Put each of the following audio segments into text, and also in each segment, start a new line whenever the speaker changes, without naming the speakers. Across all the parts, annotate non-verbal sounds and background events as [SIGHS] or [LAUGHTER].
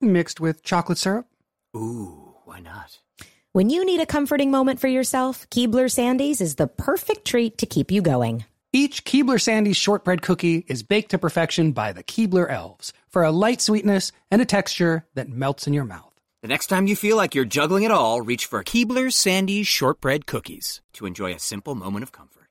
Mixed with chocolate syrup?
Ooh, why not?
When you need a comforting moment for yourself, Keebler Sandies is the perfect treat to keep you going.
Each Keebler Sandy's shortbread cookie is baked to perfection by the Keebler Elves for a light sweetness and a texture that melts in your mouth.
The next time you feel like you're juggling it all, reach for Keebler Sandy's shortbread cookies to enjoy a simple moment of comfort.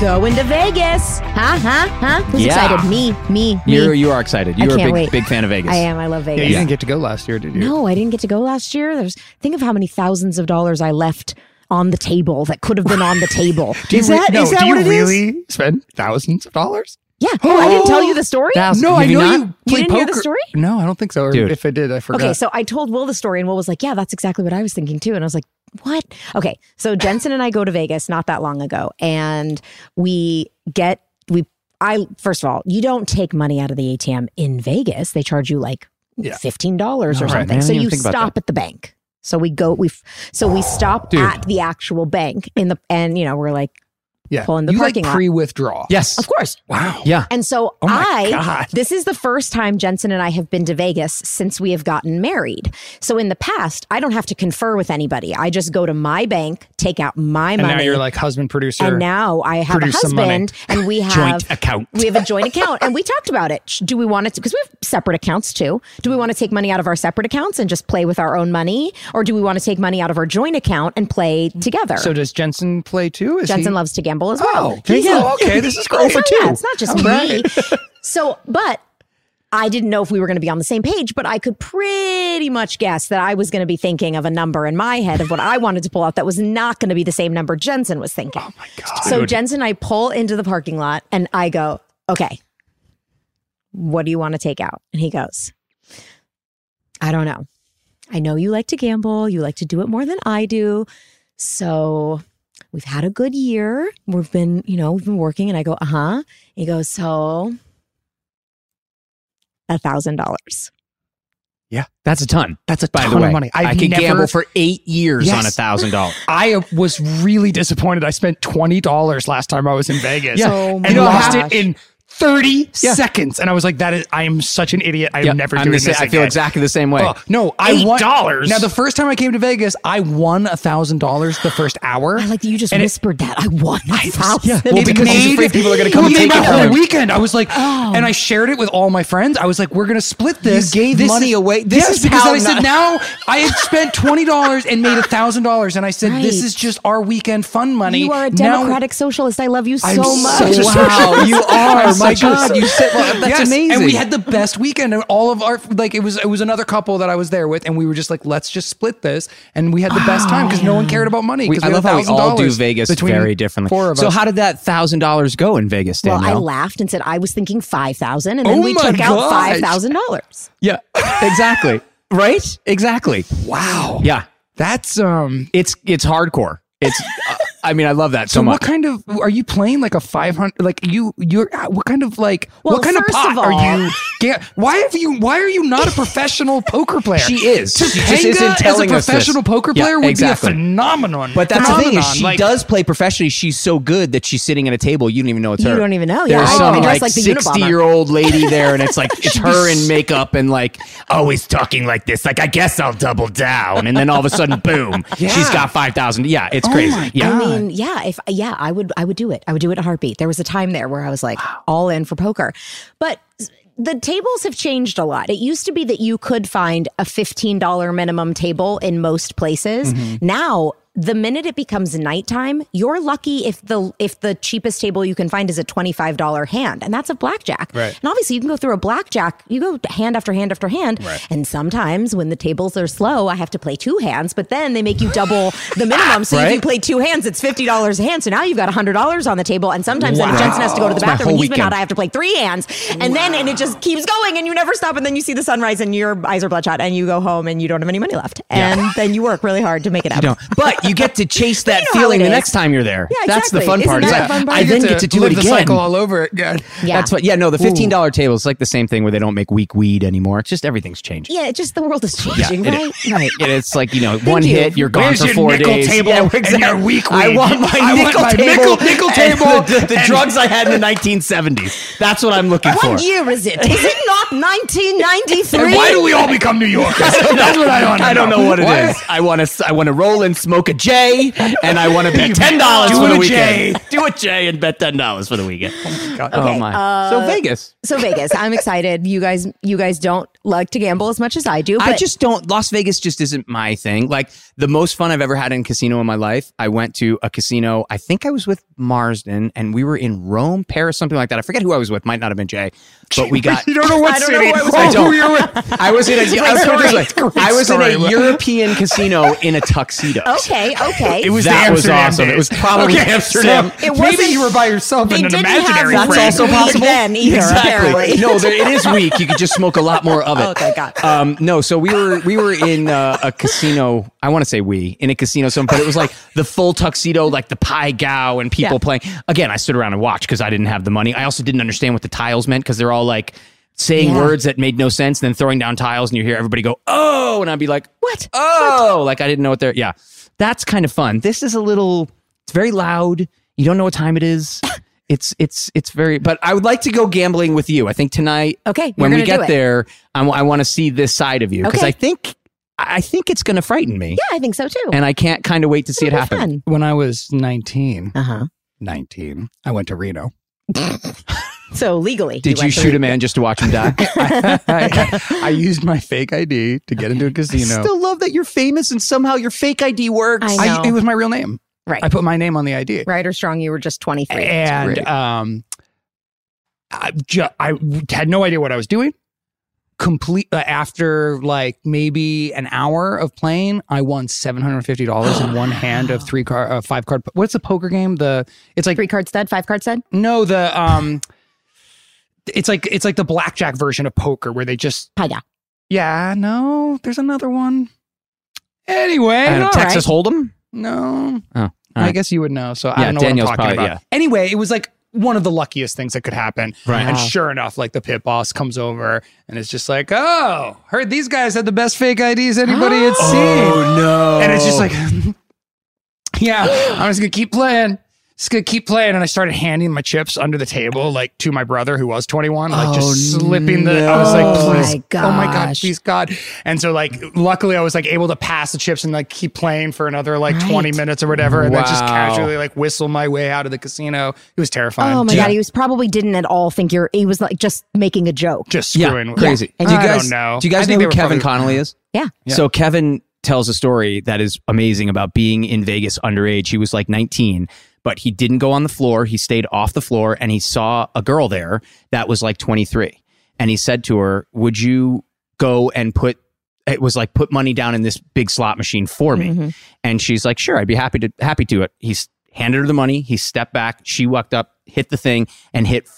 Going to Vegas.
Huh? Huh? Huh? Who's
Yeah.
excited? Me. Me.
You're,
me.
you are excited. You
I
are a
can't
big,
wait.
big fan of Vegas.
I am. I love
Yeah,
Vegas.
you didn't get to go last year, did you?
No, I didn't get to go last year. There's think of how many thousands of dollars I left on the table that could have been
[LAUGHS]
on the table.
Do you
Is
re-
that-
no,
is that
do you
what it is?
really spend thousands of dollars?
Yeah. Oh, I didn't tell you the story.
Thousands.
No,
Have
I
you
know
not?
you play
didn't
poker.
hear the story?
No, I don't think so. Or
Dude.
If I did, I forgot.
Okay, so I told Will the story, and Will was like, "Yeah, that's exactly what I was thinking too." And I was like, "What?" Okay, so Jensen and I go to Vegas not that long ago, and we get we. I first of all, you don't take money out of the ATM in Vegas. They charge you like
Yeah.
fifteen dollars or
All right,
something.
man, I
so
didn't even
you
think about
stop at the bank. So we go. We f- so we stop
Dude.
at the actual bank in the and you know we're like
yeah.
pull in the
you
parking
like
lot.
pre-withdraw.
Yes.
of course
Wow.
Yeah.
and so
Oh my
I,
God.
this is the first time Jensen and I have been to Vegas since we have gotten married. So in the past, I don't have to confer with anybody. I just go to my bank, take out my
And
money.
now you're like husband producer.
and now I have a
produce some money.
husband and
[LAUGHS]
we have
Joint account.
we have a joint account and we talked about it. Sh- Do we want it because we have separate accounts too. Do we want to take money out of our separate accounts and just play with our own money or do we want to take money out of our joint account and play together?
so does Jensen play too? Is
Jensen
he-
loves to gamble as well.
Oh, there you go. okay. This is great.
Oh, Yeah, it's not just [LAUGHS] me. So, but I didn't know if we were going to be on the same page, but I could pretty much guess that I was going to be thinking of a number in my head of what I wanted to pull out that was not going to be the same number Jensen was thinking. Oh my God. So Jensen and I pull into the parking lot and I go, okay, what do you want to take out? And he goes, I don't know. I know you like to gamble. You like to do it more than I do. So we've had a good year. We've been, you know, we've been working. And I go, uh huh. He goes, so a thousand dollars.
That's a ton.
That's a
By
ton
the way,
of money. I've
I could
never,
gamble for eight years
Yes.
on a thousand dollars.
[LAUGHS] I was really disappointed. I spent twenty dollars last time I was in Vegas.
Yeah.
Oh
and
know,
lost
gosh.
it in 30
Yeah.
seconds. And I was like, that is, I am such an idiot. I am never doing this.
I feel
again.
exactly the same way.
Oh, no, I
Eight
won
dollars?
Now, the first time I came to Vegas, I won a thousand dollars the first hour.
I like that you just
And it-
wrapped whispered that. I won a thousand.
yeah, well,
It
because he's
made-
afraid people are gonna come
it
and
made
take
my
it from
whole
him.
weekend. I was like,
Oh.
and I shared it with all my friends. I was like, we're gonna split this.
gave
This
money
is-
away. This
yes,
is
because
how
I said
not-
now
[LAUGHS]
I had spent twenty dollars and made a thousand dollars, and I said this
Right.
is just our weekend fun money.
You are a
Now-
democratic socialist. I love you so
I'm
much.
such a
wow, you are
I'm
my
such a-
God! You
[LAUGHS]
said well, that's
Yes,
amazing.
And we had the best weekend, and all of our like it was it was another couple that I was there with, and we were just like, let's just split this, and we had the best time because no one cared about money.
We,
'cause
I
had
love how we all do
$1,000
Vegas
between
very differently.
Four of
so
us.
how did that thousand dollars go in Vegas,
Well,
Danielle?
I laughed and said I was thinking five thousand, and then
Oh
we
my
took out
gosh.
five thousand dollars.
yeah, [LAUGHS] exactly. Right? Exactly.
wow,
Yeah,
that's um.
it's it's hardcore. It's. uh, I mean, I love that so,
So,
much.
what kind of are you playing like a five hundred? Like you, you're what kind of like
Well,
what kind of
first
pot
of
are
all-
you? ga- Why have you? Why are you not a professional poker player?
She is. She just
Topanga
isn't telling
as a
us this.
professional poker
Yeah,
player would
exactly.
be a phenomenon.
But that's the thing is
phenomenon,
she
like-
does play professionally. She's so good that she's sitting at a table you don't even know it's
You
her.
don't even know, yeah.
There's
I- I
some
dress
like,
like the Unabomber.
sixty year old lady there, and
[LAUGHS]
it's like it's her in makeup and like always talking like this. Like I guess I'll double down, and then all of a sudden,
[LAUGHS]
boom, she's got five thousand. Yeah, it's
Oh
crazy.
my
yeah,
I mean, yeah, if yeah, I would I would do it. I would do it at heartbeat. There was a time there where I was like all in for poker. But s- the tables have changed a lot. It used to be that you could find a $15 minimum table in most places. Now the minute it becomes nighttime, you're lucky if the if the cheapest table you can find is a $25 hand, and that's a blackjack.
Right.
And obviously you can go through a blackjack, you go hand after hand after hand. And sometimes when the tables are slow, I have to play two hands, but then they make you double the minimum. So if you
Right.
play two hands, it's $50 a hand. So now you've got $100 on the table. And sometimes then
Wow.
Jensen has to go to the
It's my
bathroom.
whole
and He's been out,
weekend.
I have to play three hands. And then and it just keeps going and you never stop. And then you see the sunrise and your eyes are bloodshot and you go home and you don't have any money left. And then you work really hard to make it up.
No, but you get to chase that
[LAUGHS] You know how
feeling
it
the
is.
next time you're there.
Yeah,
That's the
exactly.
fun
Isn't
part.
that
It's
the
like,
fun part?
I
You
then get to, do
live
it again.
the cycle all over again.
Yeah.
That's what. Yeah, no, the fifteen dollar table is like the same thing where they don't make weak weed anymore. It's just everything's changing.
Yeah, it's just the world is changing,
[LAUGHS] it
right?
is.
Right.
And it's like you know, one
you.
hit, you're gone
Where's
for
your
four
nickel
days. [LAUGHS]
table
yeah,
and
exactly.
your weak
I
weed?
want my
[LAUGHS] I want
nickel
my
table,
nickel- nickel
and [LAUGHS]
table
the, the, the
and-
drugs I had in the 1970s. That's what I'm looking for.
What year is it? Is it not 1993?
And why do we all become
[LAUGHS]
New Yorkers? [LAUGHS] That's what I want. to
I don't know what it is.
Why-
I want to. I want to roll and smoke a J, and I
[LAUGHS]
want to bet ten dollars
Do
for the
a
weekend. Do a J and bet ten dollars for the weekend. Oh my god!
Okay,
oh my. so Vegas.
so Vegas, I'm excited. You guys, you guys don't like to gamble as much as I do. But
I just don't. Las Vegas just isn't my thing. Like the most fun I've ever had in casino in my life. I went to a casino. I think I was with Marsden, and we were in Rome, Paris, something like that. I forget who I was with. Might not have been Jay, but
[LAUGHS]
we got.
You don't know what
[LAUGHS] I don't know
city
who I was
or
with. I
who
don't.
you're with.
I was in a. I was,
story.
I was
Great
in a
story.
European casino in a [LAUGHS] tuxedo.
okay, okay.
It was
That
the
was
Amsterdam
awesome.
days.
It was probably
[LAUGHS] Okay,
Amsterdam.
so
It
maybe
wasn't-
you were by yourself
they
in an
didn't have
imaginary
that.
friend.
That's also
weed
possible.
then either, apparently.
no, there, it is weak. You could just smoke a lot more of
[LAUGHS]
it.
Okay, got it.
Um, no, so we were we were in uh, a casino. I want to say we in a casino, some, but it was like the full tuxedo, like the pie gow, and people
Yeah.
playing. Again, I stood around and watched because I didn't have the money. I also didn't understand what the tiles meant because they're all like saying
Yeah.
words that made no sense, and then throwing down tiles, and you hear everybody go oh, and I'd be like
What?
oh, like I didn't know what they're yeah. That's kind of fun. This is a little. It's very loud. You don't know what time it is.
[LAUGHS]
It's it's it's very. But I would like to go gambling with you. I think tonight.
Okay, Oh, you're
When we
gonna do
get
it.
there, I'm, I want to see this side of you because
Okay.
I think I think it's going to frighten me,
yeah, I think so too.
and I can't kind of wait to see it
It'll be
happen.
fun.
[LAUGHS] When I was 19,
Uh-huh.
19, I went to Reno.
So legally,
Did you,
went
shoot
through-
a man just to watch
[LAUGHS]
him die?
[LAUGHS] I, I used my fake ID to get into a casino.
Still love that you're famous and somehow your fake ID works.
I know.
I, it was my real name.
Right.
I put my name on the ID.
Ryder Strong, you were just 23.
and um, I, ju- I had no idea what I was doing. Complete uh, after like maybe an hour of playing, I won seven hundred fifty dollars in [SIGHS] one hand of three card, uh, five card. What's the poker game? The it's like
Three card stud, five card stud.
no the um, it's like it's like the blackjack version of poker where they just
Pie guy.
yeah no there's another one. Anyway,
And
all
Texas
right.
Hold'em.
no,
Oh,
I
right.
guess you would know. So I
Yeah,
don't know
Daniel's
what I'm talking
probably-
about. Anyway, it was like one of the luckiest things that could happen.
Right.
And
Wow.
sure enough, like the pit boss comes over and it's just like, oh, heard these guys had the best fake IDs
[GASPS]
anybody had seen.
no!
And it's just like, [LAUGHS] yeah, I'm just gonna keep playing. Just gonna keep playing. And I started handing my chips under the table, like to my brother who was 21, like
Oh,
just slipping the. I was
no.
like, please,
Oh my
oh my god,
gosh.
please God. And so, like, luckily, I was like able to pass the chips and like keep playing for another like 20
Right.
minutes or whatever, and then just
Wow.
casually like whistle my way out of the casino. It was terrifying.
Oh my
Just-
God. He was probably didn't at all think you're, he was like just making a joke.
just
Yeah,
screwing. with-
crazy.
Yeah.
Do you
I don't
guys
know.
Do you guys
I think
know
they
who
were
Kevin
probably-
Connolly is?
Yeah.
So Kevin tells a story that is amazing about being in Vegas underage. He was like 19, but he didn't go on the floor. He stayed off the floor and he saw a girl there that was like 23. And he said to her, "Would you go and put it was like put money down in this big slot machine for me?" And she's like, "Sure, I'd be happy to happy to it." He's handed her the money. He stepped back. She walked up, hit the thing and hit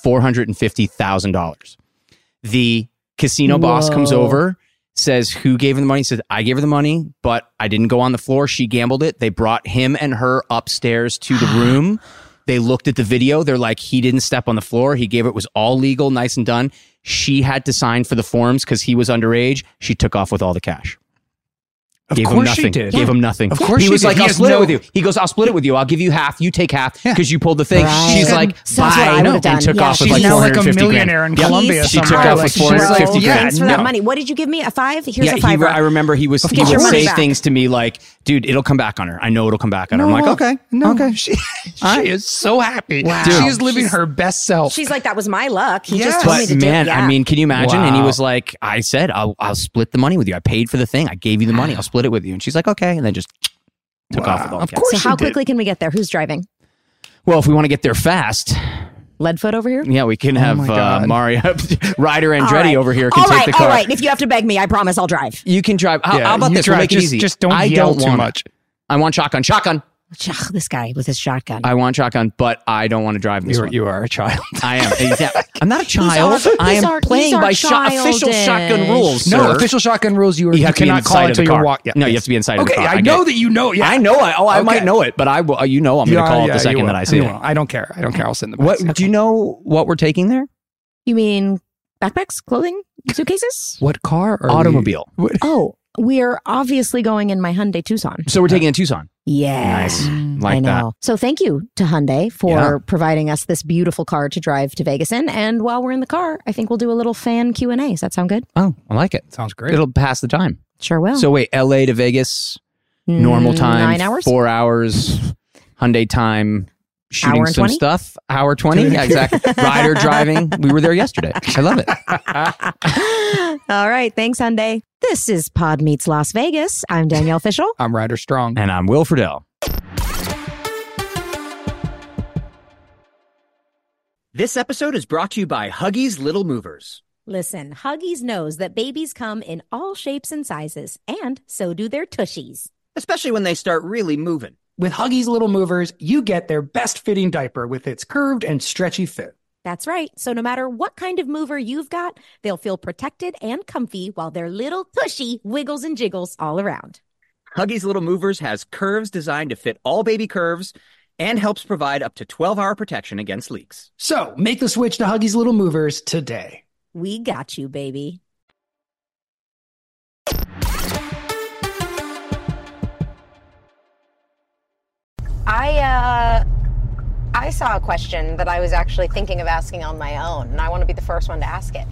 $450,000 the casino boss comes
Whoa.
over says who gave her the money says i gave her the money but i didn't go on the floor she gambled it they brought him and her upstairs to
[SIGHS]
the room they looked at the video they're like he didn't step on the floor he gave it, it was all legal nice and done she had to sign for the forms because he was underage she took off with all the cash
Of
Gave him
course she
nothing.
did.
Gave him nothing.
Of course
he
she
was
did.
like,
He
"I'll
has
split it
no-
with you." He goes, "I'll split it with you. I'll give you half. You take half because you pulled the thing."
Right.
She's like,
Sounds what I
"Bye,"
would've
and
done.
took
Yeah,
off with
she's
like
now like a
450 grand.
millionaire in
Yep.
Colombia
She took
somewhere.
off with
She's
450
like,
grand.
Thanks for
Yeah,
that
no.
money. What did you give me? A five? Here's a
he
fiver.
re- I remember he was he
Get your
would
money
say
back.
things to me like, "Dude, it'll come back on her. I know it'll come back on her." I'm like, "Okay,
no.
okay." [LAUGHS]
She, Oh. [LAUGHS] she is so happy.
Wow.
She
Dude.
is living
She's-
her best self.
She's like, that was my luck. He just
Yes.
told me
But
to do
man,
yeah.
I mean, can you imagine? And he
Wow.
was like, "I said I'll I'll split the money with you. I paid for the thing. I gave you the money. I'll split it with you." And she's like, "Okay," and then just took off with all
Of
the cats.
course
So
she
how
did.
quickly can we get there? Who's driving?
Well, if we want to get there fast,
Leadfoot over here.
yeah, we can have
my
uh,
God.
Mario [LAUGHS] Ryder Andretti
Oh All right.
over here can
All
take
right,
the car.
All right. If you have to beg me, I promise I'll drive.
You can drive. How,
Yeah,
how about
you
this? We'll
drive.
make it
Just-
easy.
just don't
I
yell
don't
too
want it.
much.
I want shotgun. Shotgun.
Ugh, this guy with his shotgun.
I want shotgun, but I don't want to drive this
You're,
one.
you are a [LAUGHS] child.
I am. Exactly. I'm not a child.
our-
I
he's
am
our- he's
playing
our
by shot, official
childish.
shotgun rules.
No,
sir.
official shotgun rules. You, are,
You
you,
have to be
cannot call
inside
it
of the
until you're
car.
walking.
No, you have to be inside of the
Okay,
car.
I,
I get
know
it.
that you know. Yeah,
I know. I, oh, I
Okay.
might know it, but I will. uh, You know, I'm going
Yeah,
to call it
yeah,
the
you
second
will.
that I see
You
it.
will. I don't care. I don't care. I'll send the.
What
best.
do you know? What we're taking there?
you mean backpacks, clothing, [LAUGHS] suitcases?
What car? Are we-
Automobile.
oh, we're obviously going in my Hyundai Tucson.
So we're taking a Tucson.
Yes.
Like
I
that.
know. So thank you to Hyundai for
Yeah.
providing us this beautiful car to drive to Vegas in. And while we're in the car, I think we'll do a little fan Q and A. Does that sound good?
Oh, I like it.
Sounds great.
It'll pass the time.
Sure will.
So wait, L.A. to Vegas,
Mm,
normal time,
nine hours.
four hours, Hyundai time, shooting
Hour and
some
20?
stuff, hour twenty, yeah,
[LAUGHS]
exactly. Rider driving. We were there yesterday. I love it.
[GASPS] All right. Thanks, Hyundai. This is Pod Meets Las Vegas. I'm Danielle Fishel.
I'm Ryder [LAUGHS] Strong.
And I'm Will Friedle.
This episode is brought to you by Huggies Little Movers.
[LAUGHS] Listen, Huggies knows that babies come in all shapes and sizes, and so do their tushies.
especially when they start really moving.
With Huggies Little Movers, you get their best fitting diaper with its curved and stretchy fit.
That's right. So no matter what kind of mover you've got, they'll feel protected and comfy while their little tushy wiggles and jiggles all around.
Huggies Little Movers has curves designed to fit all baby curves and helps provide up to 12 hour protection against leaks.
So make the switch to Huggies Little Movers today.
We got you, baby.
I uh, I saw a question that I was actually thinking of asking on my own, and I want to be the first one to ask it.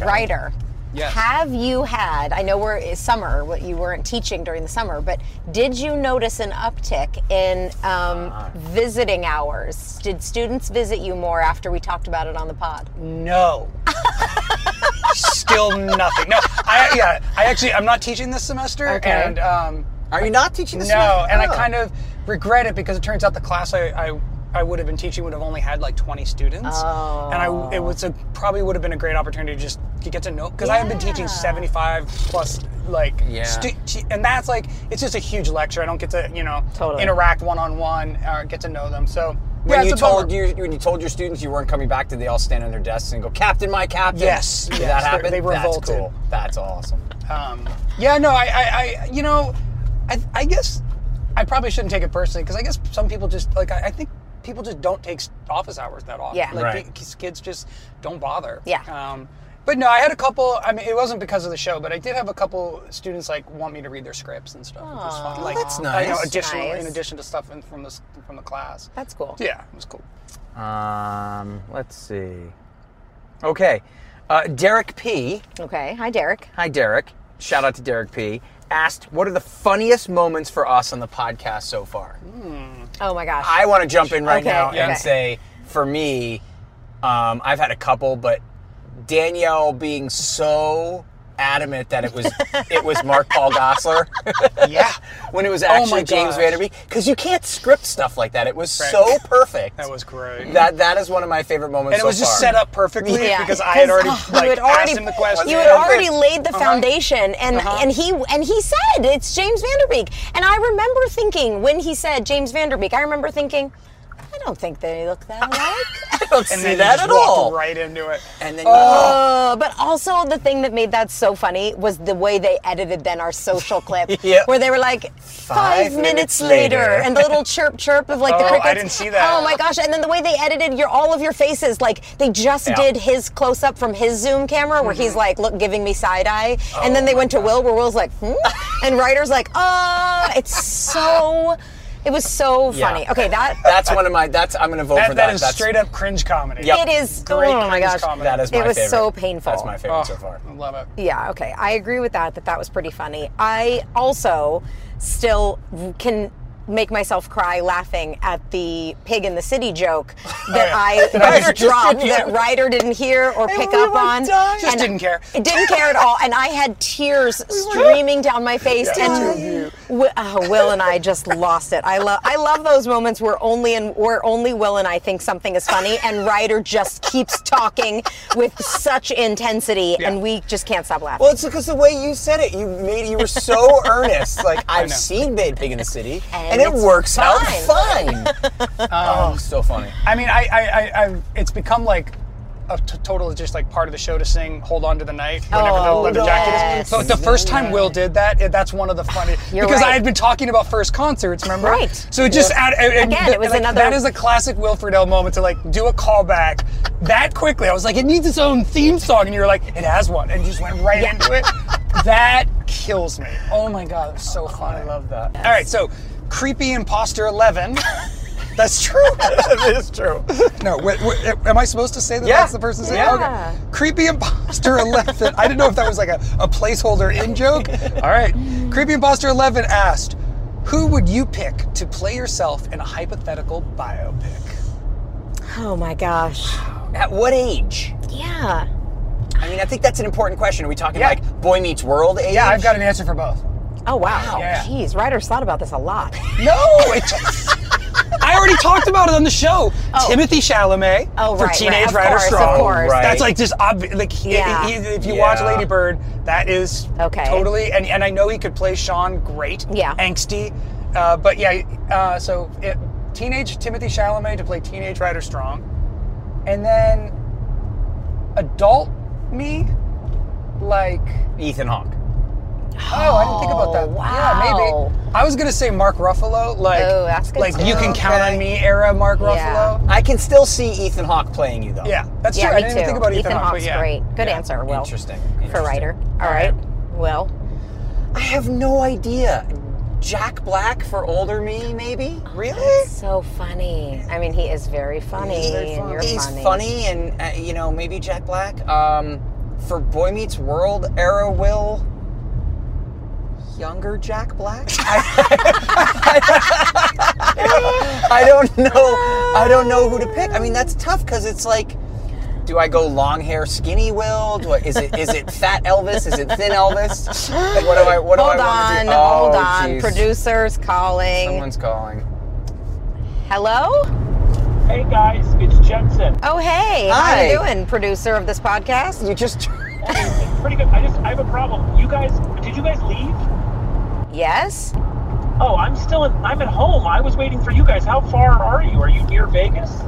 Writer, have you had? I know we're it's summer. What you weren't teaching during the summer, but did you notice an uptick in um, visiting hours? Did students visit you more after we talked about it on the pod?
No. Still nothing. No, I yeah, I actually I'm not teaching this semester,
Okay.
and um,
Are you not teaching
no,
this semester?
and I
Oh.
kind of regret it because it turns out the class I, I I would have been teaching would have only had like 20 students, and I it was a probably would have been a great opportunity to just to get to know because I have been teaching 75 plus like
Yeah.
stu- t- and that's like it's just a huge lecture. I don't get to you know
Totally.
interact one on one or get to know them. So
When
yeah,
you
it's a bummer.
told you when you told your students you weren't coming back, did they all stand on their desks and go, "Captain, my captain"?
Yes,
did
yes,
that
they-
happen?
they
That's
revolted.
cool. That's awesome.
Um, yeah, no, I, I, I you know, I, I guess I probably shouldn't take it personally because I guess some people just like I, I think people just don't take s- office hours that often.
Yeah.
like
Right.
the- these kids just don't bother.
Yeah.
Um, but no, I had a couple. I mean, it wasn't because of the show, but I did have a couple students like want me to read their scripts and stuff. It was fun. Like
that's
I know,
nice.
additional
Nice.
in addition to stuff in, from this from the class.
That's cool.
Yeah, it was cool.
Um, let's see. Okay, uh, Derek P.
Okay. Hi, Derek.
Hi, Derek. Shout out to Derek P. Asked, "What are the funniest moments for us on the podcast so far?"
Oh my gosh.
I want to jump in right
Okay,
now
yeah.
and say, for me, um, I've had a couple, but Danielle being so adamant that it
[LAUGHS]
was it was Mark Paul Gossler. yeah, [LAUGHS] when it was actually
Oh my
James
gosh.
Vanderbeek, because you can't script stuff like that. It was so perfect.
That was great.
that that is one of my favorite moments.
and it was just set up perfectly
Yeah,
because I had already
oh, [LAUGHS]
like
you had
asked
already-
him the question. Uh-huh.
You had already laid the foundation, and and he and he said it's James Vanderbeek. And I remember thinking when he said James Vanderbeek, I remember thinking, I don't think they look
Uh,
that
[LAUGHS]
alike.
I don't
and
see
then
that
you
at
just walked
all.
Right into it.
And then
Uh, but also the thing that made that so funny was the way they edited then our
[LAUGHS]
social clip,
Yep.
where they were like five,
Five
minutes,
minutes
later,
later.
and the little chirp chirp of like the
Oh, I
crickets.
didn't see that.
Oh my gosh! And then the way they edited your all of your faces, like they just
Yeah. Mm-hmm.
did his close up from his zoom camera, where he's like, look, giving me side eye,
Oh
and then they went to Will, where Will's like, hmm? and Ryder's like,
[LAUGHS]
oh, it's so. It was so
Yeah.
funny. Okay, that
that's one of my. That's I'm going to vote for
That,
that.
that is
that's,
straight up cringe comedy.
Yep.
it is.
Great
oh my
cringe
gosh!
comedy.
That is my
It was
favorite.
so painful.
That's my favorite
Oh,
so far.
I love it.
Yeah, okay. I agree with that, that that was pretty funny. I also still can make myself cry laughing at the pig in the city joke that I
I
just
just
dropped
did,
that
yeah.
Ryder didn't hear or pick
we
up
were
on.
dying. Just
and
didn't care.
It didn't care at all, and I had
[LAUGHS]
tears streaming down my face. and Wi- oh, Will and I just lost it. I love I love those moments where only and where only Will and I think something is funny, and Ryder just keeps talking with such intensity, and we just can't stop laughing.
Well, it's because the way you said it, you made you were so earnest. Like I've seen Big Pig in the City,
And
and, it
it's
works out
fine.
fine. oh, so funny.
I mean, I, I, I, I've, it's become like a t- total, just like part of the show to sing "Hold On to the Night" whenever
Oh,
the leather jacket
yes.
is. So the first time Will did that, it, that's one of the funny
You're
because
right.
I had been talking about first concerts, remember?
Right.
So it just add, and- and
Again,
th-
it was
like,
another-
That is a classic Will Friedle moment to like do a callback that quickly. I was like, it needs its own theme song, and you were like, it has one, and you just went right into it. That kills me. Oh my god, it was so funny. I love that. All right, so creepy imposter eleven. That's true. [LAUGHS] that is true. No, wait, wait, am I supposed to say that
Yeah.
that's the person saying?
Yeah.
Okay. Creepy imposter [LAUGHS] 11. I didn't know if that was like a, a placeholder in joke. [LAUGHS] All right. Creepy imposter 11 asked, "Who would you pick to play yourself in a hypothetical biopic?"
oh my gosh!
At what age?
Yeah.
I mean, I think that's an important question. Are we talking
Yeah.
like Boy Meets World age?
Yeah, I've got an answer for both.
Oh wow.
Yeah.
Jeez, Ryder's thought about this a lot.
No, it just, I already talked about it on the show. Timothy Chalamet
Oh,
for
right, right.
Teenage
Of
Rider
course, of
Strong.
course.
Right.
That's like just obvious. Like he-
Yeah.
he- if you watch
Yeah.
Lady Bird, that is
Okay.
totally. And and I know he could play Sean great.
Yeah.
angsty. Uh, but yeah, uh, so it, teenage Timothy Chalamet to play Teenage Rider Strong, and then adult me, like.
Ethan Hawke.
Oh, I didn't think about that.
wow.
Yeah, maybe. I was gonna say Mark Ruffalo, like
Oh, that's good
like
too.
you can count on me era Mark
Yeah.
Ruffalo.
I can still see Ethan Hawke playing you though.
Yeah, that's
yeah,
true.
me
I didn't
too.
even think about Ethan, Hawke, but
Hawke's
yeah.
great. Good answer, Will.
Interesting.
For
Interesting.
Ryder. All right. Will.
I have no idea. Jack Black for older me, maybe. Really?
So funny. I mean, he is very funny. And you're
He's
funny.
funny, and uh, you know maybe Jack Black. Um, for Boy Meets World era, Will younger Jack Black. [LAUGHS] I, I don't know. I don't know who to pick. I mean, that's tough because it's like. Do I go long hair, skinny Will? Do I, is it is it fat Elvis? Is it thin Elvis? Like what do I what
Hold
do I
on,
want to do?
hold
Oh,
on.
jeez.
Producers calling.
Someone's calling.
Hello?
Hey guys, it's Jensen.
Oh, hey.
Hi.
How you doing, producer of this podcast?
You just
Pretty good. I just I have a problem. You guys, did you guys leave?
Yes?
Oh, I'm still in, I'm at home. I was waiting for you guys. How far are you? Are you near Vegas?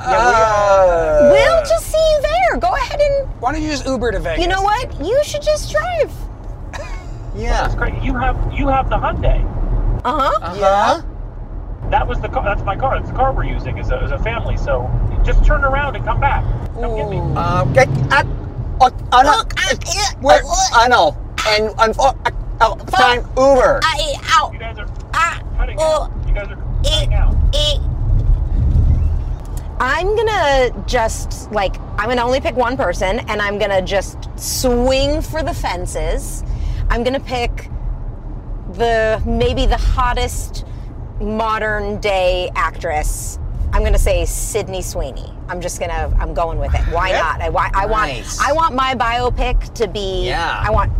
Uh,
Will, just see you there. Go ahead and,
Why don't you just Uber to Vegas?
you know what? You should just drive.
yeah.
Great. You have you have the Hyundai.
Uh-huh.
Yeah.
That was the car. That's my car. That's the car we're using as a, as a family. So just turn around and come back. Come get me.
Uh, I, I, I, I know. We're, I know. And I'm uh, fine. Uber.
I, ow,
You guys are
ah,
cutting
oh,
out. You guys are cutting out.
eh. I'm gonna just like I'm gonna only pick one person, and I'm gonna just swing for the fences. I'm gonna pick the maybe the hottest modern day actress. I'm gonna say Sydney Sweeney. I'm just gonna I'm going with it. Why not? I, why, I
Nice.
want I want my biopic to be.
Yeah.
I want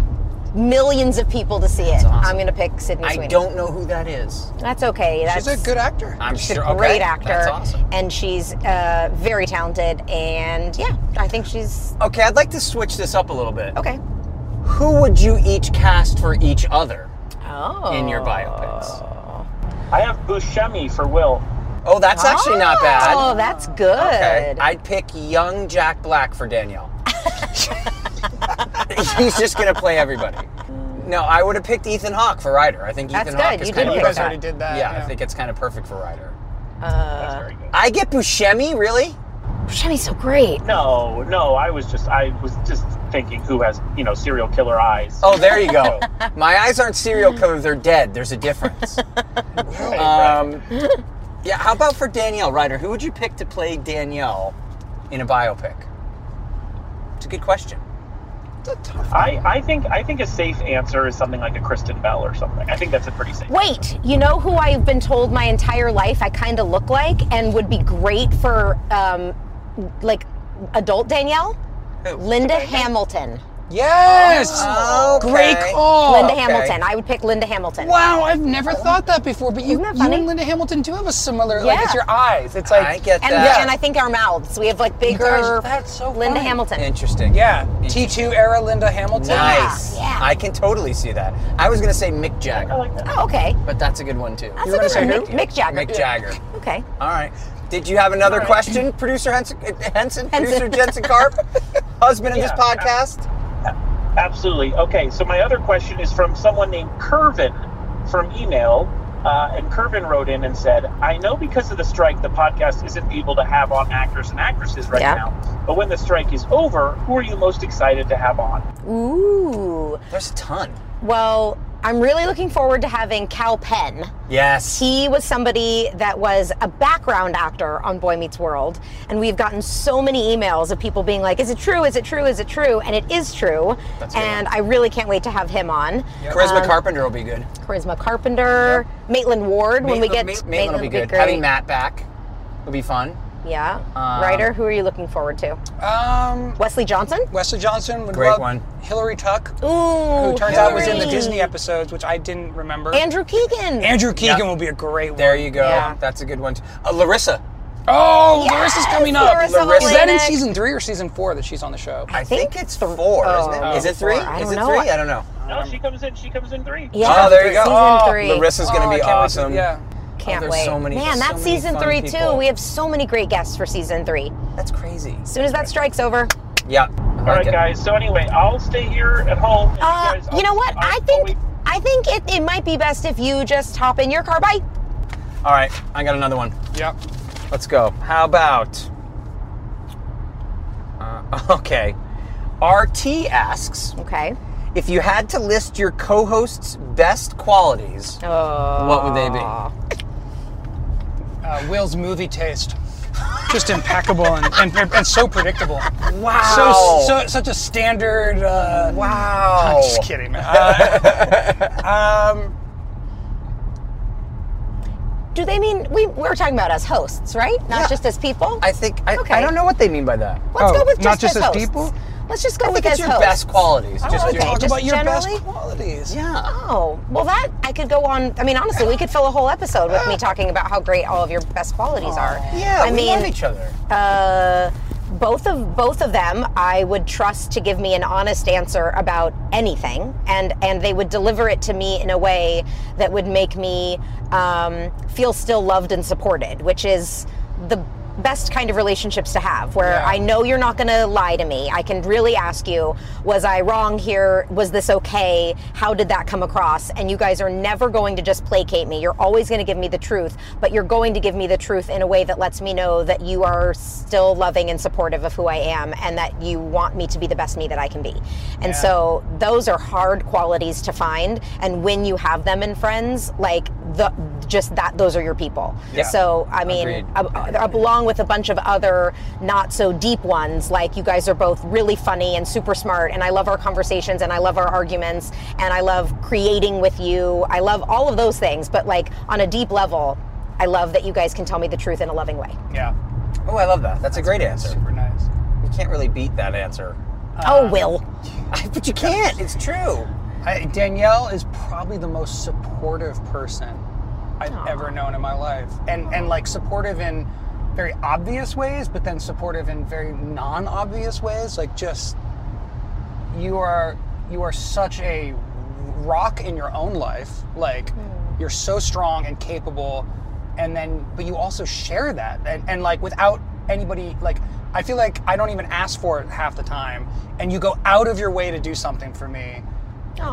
millions of people to see it. I'm gonna pick Sydney Sweeney.
I don't know who that is.
That's okay. That's
She's a good actor.
I'm
She's
sure.
a great
okay,
actor,
That's awesome.
and she's uh, very talented. And yeah, I think she's
Okay, I'd like to switch this up a little bit.
okay.
Who would you each cast for each other
Oh,
in your biopics?
I have Buscemi for Will.
Oh, that's actually not bad.
Oh, that's good.
Okay. I'd pick young Jack Black
[LAUGHS]
for Danielle. He's just gonna play everybody. No, I would have picked Ethan Hawke for Ryder. I think
That's
Ethan
good.
Hawke is
You did
kind
pick
of
you
that.
guys
perfect.
already did that.
yeah, I think it's kind of perfect for Ryder.
That's very good.
I get Buscemi, really?
Shemi's so great.
No, no. I was just I was just thinking who has you know serial killer eyes.
Oh, there you
[LAUGHS]
go. My eyes aren't serial killers; they're dead. There's a difference. um, yeah. How about for Danielle Ryder? Who would you pick to play Danielle in a biopic? It's a good question. That's a tough.
I, I think I think a safe answer is something like a Kristen Bell or something. I think that's a pretty safe.
Wait, you know who I've been told my entire life I kind of look like and would be great for um, like adult Danielle? Linda Hamilton.
Yes. Okay.
Great
call.
Oh, Linda Hamilton. I would pick Linda Hamilton.
Wow, I've never thought that before. But you,
Isn't that
you
funny?
and Linda Hamilton do have a similar. Like
Yeah.
it's your eyes. It's like
I get
And,
that.
and I think our mouths. We have like bigger
Gosh, that's so
Linda
funny.
Hamilton.
Interesting.
yeah, T two era Linda Hamilton.
Nice.
Ah, yeah.
I can totally see that. I was gonna say Mick Jagger,
Oh, okay.
but that's a good one too.
That's
You were
a
gonna
good
say
one. Mick, Mick Jagger.
Mick Jagger.
Okay.
All right. Did you have another question, producer Henson, uh, Henson, producer
[LAUGHS]
Jensen Carp, husband of this
Yeah.
podcast?
Absolutely. Okay, so my other question is from someone named Curvin from email. Uh, and Curvin wrote in and said, I know because of the strike, the podcast isn't able to have on actors and actresses right
Yeah.
now. But when the strike is over, who are you most excited to have on?
Ooh.
There's a ton.
Well, I'm really looking forward to having Cal Penn.
Yes.
He was somebody that was a background actor on Boy Meets World, and we've gotten so many emails of people being like, "Is it true? Is it true? Is it true?" And it is true. and I really can't wait to have him on. Um,
Charisma Carpenter will be good.
Charisma Carpenter, Maitland Ward. when we
Maitland-
get
Ma- Maitland will be good.
great.
Having Matt um, back will be fun.
yeah. Writer, who are you looking forward to?
Um,
Wesley Johnson.
Wesley Johnson would
Great
love
one.
Hillary Tuck,
Ooh,
who turns out was in the
Hillary.
Disney episodes, which I didn't remember.
Andrew Keegan.
Andrew Keegan
Yeah.
will be a great one.
There you go.
Yeah.
That's a good one. too. Uh, Larissa.
Oh, Larissa's coming up.
Larissa
Is that in
Hellenic.
season three or season four that she's on the show?
I, think,
think
it's four, isn't it?
oh,
Is it
four.
three?
I
Is
don't
it
know.
three? I don't know.
No, she comes in. She comes in three.
Yeah.
oh, there you go.
Season
oh,
three.
Larissa's
Oh,
gonna
I
be
can't wait
awesome.
To, yeah.
Can't
there's
wait.
so many-
Man,
so
that's
many
season
fun
three too.
people.
We have so many great guests for season three.
That's crazy.
As soon as that strike's over,
Yeah. I
All
like
right,
it.
guys. So anyway, I'll stay here at home. and
Uh,
guys-
you know what?
I'll-
I
I'll
think
wait-
I think it, it might be best if you just hop in your car. Bye.
All right. I got another one.
Yep.
Let's go. How about? Uh, [LAUGHS] okay. RT asks
Okay.
if you had to list your co-host's best qualities, what would they be?
Oh.
Uh, Will's movie taste. Just impeccable and, and, and so predictable.
Wow.
So, so such a standard. Uh,
wow.
I'm
Oh.
just kidding. Uh, um,
Do they mean we, we were talking about as hosts, right? Not
Yeah.
just as people.
I think I, I
Okay.
don't know what they mean by that.
Let's
Oh,
go with just,
not
as,
just as
hosts.
people?
Let's just go
Oh, Look
with
at
as
your
hosts.
best qualities.
Oh,
just
okay.
your
talk
just
about your
generally?
best qualities.
yeah.
Oh well, that I could go on. I mean, honestly, we could fill a whole episode with me talking about how great all of your best qualities are.
Yeah.
I
we
mean,
love each other.
Uh, both of both of them I would trust to give me an honest answer about anything and and they would deliver it to me in a way that would make me um, feel still loved and supported which is the best kind of relationships to have where I know you're not going to lie to me I can really ask you was I wrong here was this okay how did that come across and you guys are never going to just placate me you're always going to give me the truth but you're going to give me the truth in a way that lets me know that you are still loving and supportive of who I am and that you want me to be the best me that I can be. And so those are hard qualities to find and when you have them in friends, like the just that those are your people. So I mean
Agreed.
ab- ab- along with a bunch of other not so deep ones like you guys are both really funny and super smart and I love our conversations and I love our arguments and I love creating with you. I love all of those things, but like on a deep level I love that you guys can tell me the truth in a loving way.
Yeah.
Oh, I love that. That's, a great answer.
Super nice.
You can't really beat
[LAUGHS]
that answer.
oh, Will.
but you can't. It's true.
I, Danielle is probably the most supportive person I've ever known in my life, and and like supportive in very obvious ways, but then supportive in very non-obvious ways. Like just you are you are such a rock in your own life. Like you're so strong and capable, and then but you also share that, and, and like without anybody like. I feel like I don't even ask for it half the time, and you go out of your way to do something for me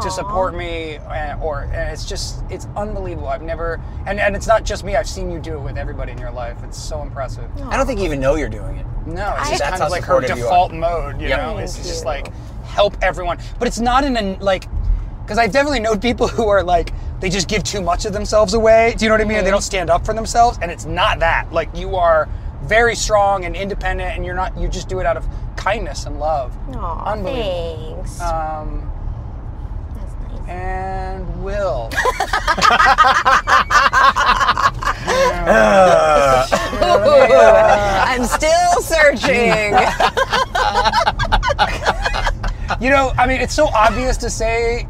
to support me uh, or and it's just it's unbelievable i've never and, and it's not just me i've seen you do it with everybody in your life it's so impressive
I don't think you even know you're doing it.
no it's just
That's
kind
how
of like her
supportive you
default mode you
Yep.
know it's
Thank
just
you.
like help everyone but it's not in a like because i've definitely known people [LAUGHS] who are like they just give too much of themselves away do you know what i mean they don't stand up for themselves and it's not that like you are very strong and independent and you're not you just do it out of kindness and love.
Aw,
Unbelievable.
thanks.
Um,
Mm.
and Will.
I'm still searching.
you know, I mean, it's so obvious to say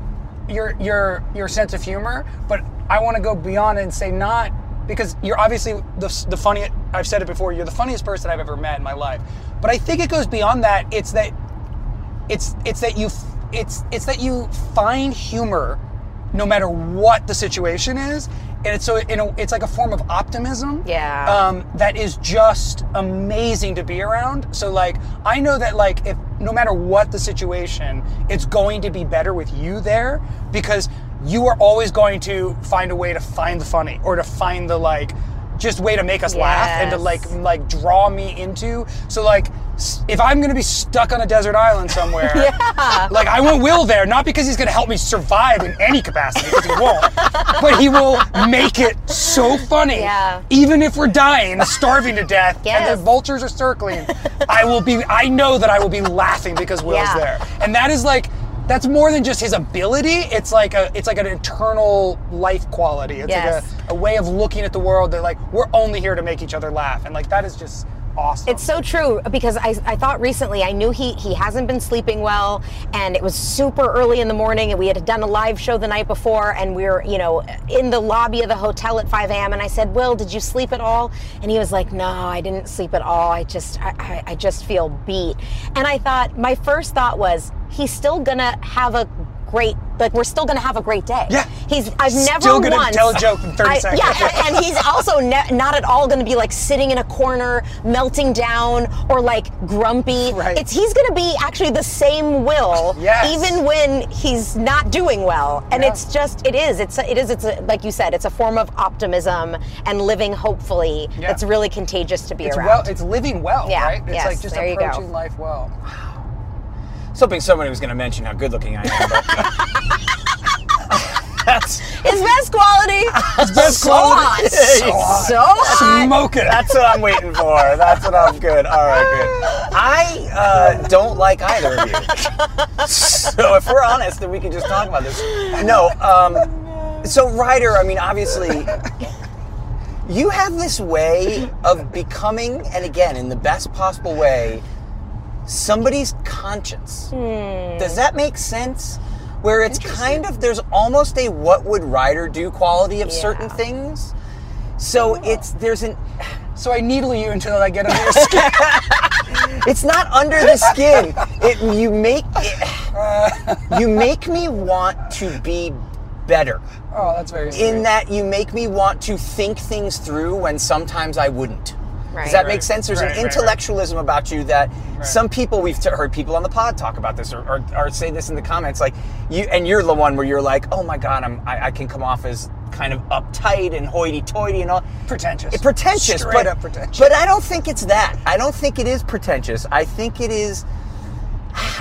your your your sense of humor, but I want to go beyond and say not because you're obviously the the funniest. I've said it before. You're the funniest person I've ever met in my life. But I think it goes beyond that. It's that it's it's that you f- it's it's that you find humor no matter what the situation is. And it's so you know it's like a form of optimism
yeah.
um, that is just amazing to be around. So like I know that like if no matter what the situation, it's going to be better with you there because you are always going to find a way to find the funny or to find the like just way to make us laugh and to
Yes.
like like draw me into. So like s- if I'm going to be stuck on a desert island
[LAUGHS]
somewhere, like I want Will there not because he's going to help me survive in any capacity because he
[LAUGHS]
won't, but he will make it so funny
Yeah.
even if we're dying, starving to death,
Yes.
and the vultures are circling, I will be. I know that I will be laughing because Will's
Yeah.
there, and that is like that's more than just his ability. It's like a it's like an internal life quality. It's
Yes.
like a, a way of looking at the world that like we're only here to make each other laugh, and like that is just awesome.
It's so true because I, I thought recently I knew he he hasn't been sleeping well and it was super early in the morning and we had done a live show the night before and we were you know in the lobby of the hotel at 5 a.m. and I said Will did you sleep at all and he was like no I didn't sleep at all I just I, I, I just feel beat and I thought my first thought was he's still gonna have a great like we're still gonna have a great day
Yeah.
he's I've never
Still gonna
once-
tell a joke in 30 seconds.
yeah and- and he's also ne- not at all going to be like sitting in a corner melting down or like grumpy
Right.
it's he's going to be actually the same will
Yes.
even when he's not doing well and
Yeah.
it's just it is it's a, it is it's a, like you said it's a form of optimism and living hopefully
Yeah.
that's really contagious to be
It's
around
well. It's living well,
Yeah,
right? It's
yes,
like just
there you go.
approaching life well.
I was hoping somebody was going to mention how good looking I am. But that's
his best
[LAUGHS]
quality
best
so
quality.
hot
So hot.
so hot
Smoke it.
that's what I'm waiting for. That's what I'm good. All right, good. I uh, don't like either of you. So if we're honest, then we can just talk about this. No. Um, so Ryder, I mean, obviously, you have this way of becoming, and again, in the best possible way, somebody's conscience. Does that make sense? Where it's kind of there's almost a what would Ryder do quality of certain things. So it's there's an
[LAUGHS] So I needle you until I get
[LAUGHS]
under your skin.
it's not under the skin. It you make it, you make me want to be better.
Oh, that's very. Sweet.
In that you make me want to think things through when sometimes I wouldn't. Does that make sense? There's
Right,
an
right, right.
intellectualism about you that some people we've t- heard people on the pod talk about this or, or, or say this in the comments. Like you, and you're the one where you're like, oh my god, I'm I, I can come off as kind of uptight and hoity-toity and all.
pretentious.
It- pretentious,
Straight
but
up pretentious.
but I don't think it's that. I don't think it is pretentious. I think it is.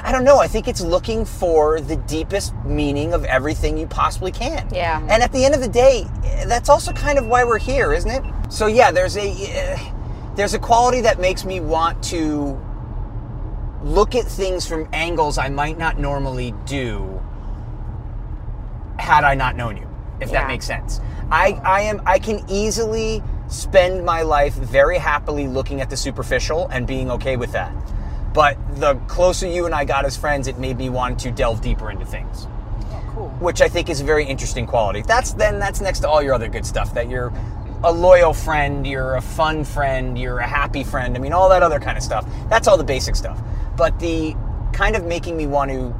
I don't know. I think it's looking for the deepest meaning of everything you possibly can.
Yeah.
And at the end of the day, eh, that's also kind of why we're here, isn't it? So yeah, there's a eh, there's a quality that makes me want to look at things from angles I might not normally do had I not known you, if that
Yeah.
makes sense. I, I am I can easily spend my life very happily looking at the superficial and being okay with that. But the closer you and I got as friends, it made me want to delve deeper into things. Which I think is a very interesting quality. That's then that's next to all your other good stuff that you're a loyal friend, you're a fun friend, you're a happy friend. I mean, all that other kind of stuff. That's all the basic stuff. But the kind of making me want to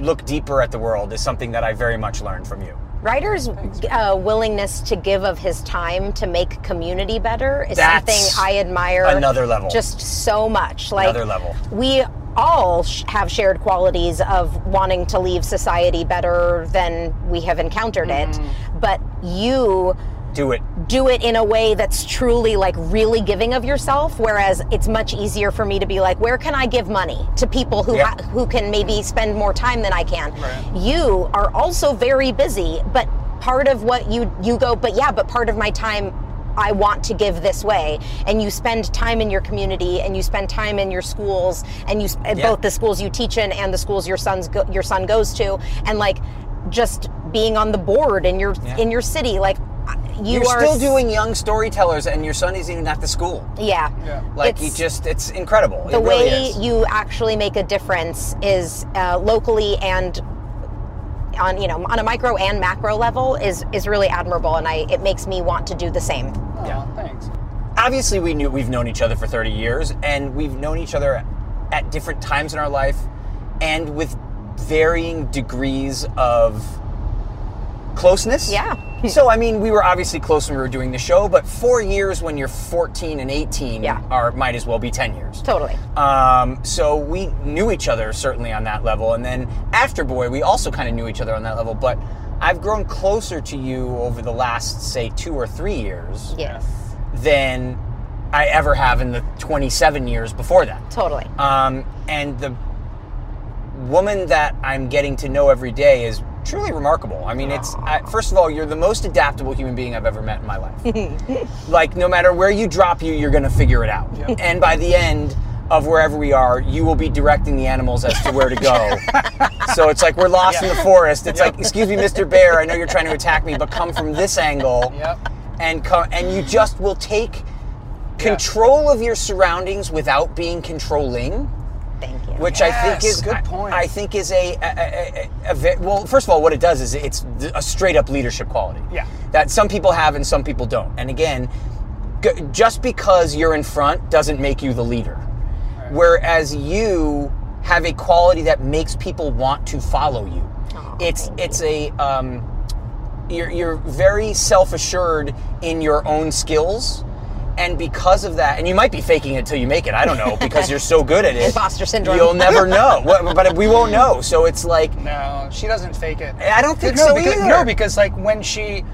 look deeper at the world is something that I very much learned from you.
Ryder's uh, willingness to give of his time to make community better is
That's
something I admire.
another level.
Just so much. Like
Another level.
We all sh- have shared qualities of wanting to leave society better than we have encountered it, but you
Do it.
do it in a way that's truly like really giving of yourself whereas it's much easier for me to be like where can i give money to people who
Yeah.
ha- who can maybe spend more time than i can you are also very busy but part of what you you go but yeah but part of my time I want to give this way, and you spend time in your community, and you spend time in your schools, and you sp- both the schools you teach in and the schools your son's go- your son goes to, and like just being on the board in your in your city, like I- you
You're
are
still
s-
doing young storytellers, and your son isn't even at the school.
yeah.
Like
It's-
you just—it's incredible.
the
it really
way
is.
you actually make a difference is uh, locally and on you know on a micro and macro level is is really admirable and I it makes me want to do the same.
Yeah, thanks.
obviously we knew we've known each other for 30 years and we've known each other at different times in our life and with varying degrees of closeness
Yeah.
so i mean we were obviously close when we were doing the show but four years when you're 14 and 18
Yeah.
are might as well be 10 years
Totally.
um, so we knew each other certainly on that level, and then after Boy, we also kind of knew each other on that level. But I've grown closer to you over the last, say, two or three years
Yes.
than I ever have in the 27 years before that.
Totally.
Um, and the woman that I'm getting to know every day is truly remarkable. I mean, it's I, first of all, you're the most adaptable human being I've ever met in my
[LAUGHS]
life. like, no matter where you drop you, you're going to figure it
[LAUGHS]
out. And by the end of wherever we are, you will be directing the animals as to where to go. so it's like we're lost in the forest. It's like, excuse me, Mr. Bear, I know you're trying to attack me, but come from this angle.
Yep.
And come, and you just will take control of your surroundings without being controlling
Thank you.
which I think
Yes,
is
good
I-
point.
I, think is a, a, a, a- a ve- well. First of all, what it does is it's th- a straight up leadership quality.
Yeah.
that some people have and some people don't. And again, g- just because you're in front doesn't make you the leader. Whereas you have a quality that makes people want to follow you. it's it's a um, you're, you're very self-assured in your own skills and because of that and you might be faking it till you make it i don't know because you're so
[LAUGHS]
good at it
Imposter syndrome.
you'll never know What- but we won't know so it's like
No, she doesn't fake it.
I don't think
no,
so
because,
either.
No, because like when she,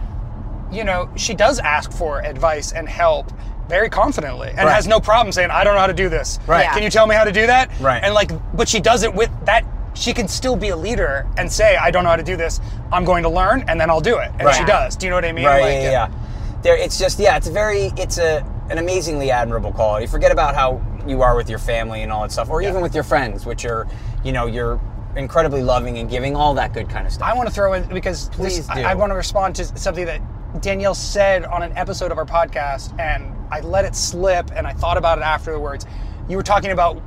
you know, she does ask for advice and help very confidently and
Right.
has no problem saying, "I don't know how to do this.
Right.
Can you tell me how to do that?"
Right.
And like, but she does it with that. She can still be a leader and say, "I don't know how to do this. I'm going to learn, and then I'll do it." And
Right.
she does. Do you know what I mean?
right
Like,
yeah, yeah, yeah. there it's just yeah it's a very it's a an amazingly admirable quality forget about how you are with your family and all that stuff or even with your friends which are you know you're incredibly loving and giving all that good kind of stuff
I want to throw in because
Please
this, I,
do.
I want to respond to something that Danielle said on an episode of our podcast, and I let it slip, and I thought about it afterwards. You were talking about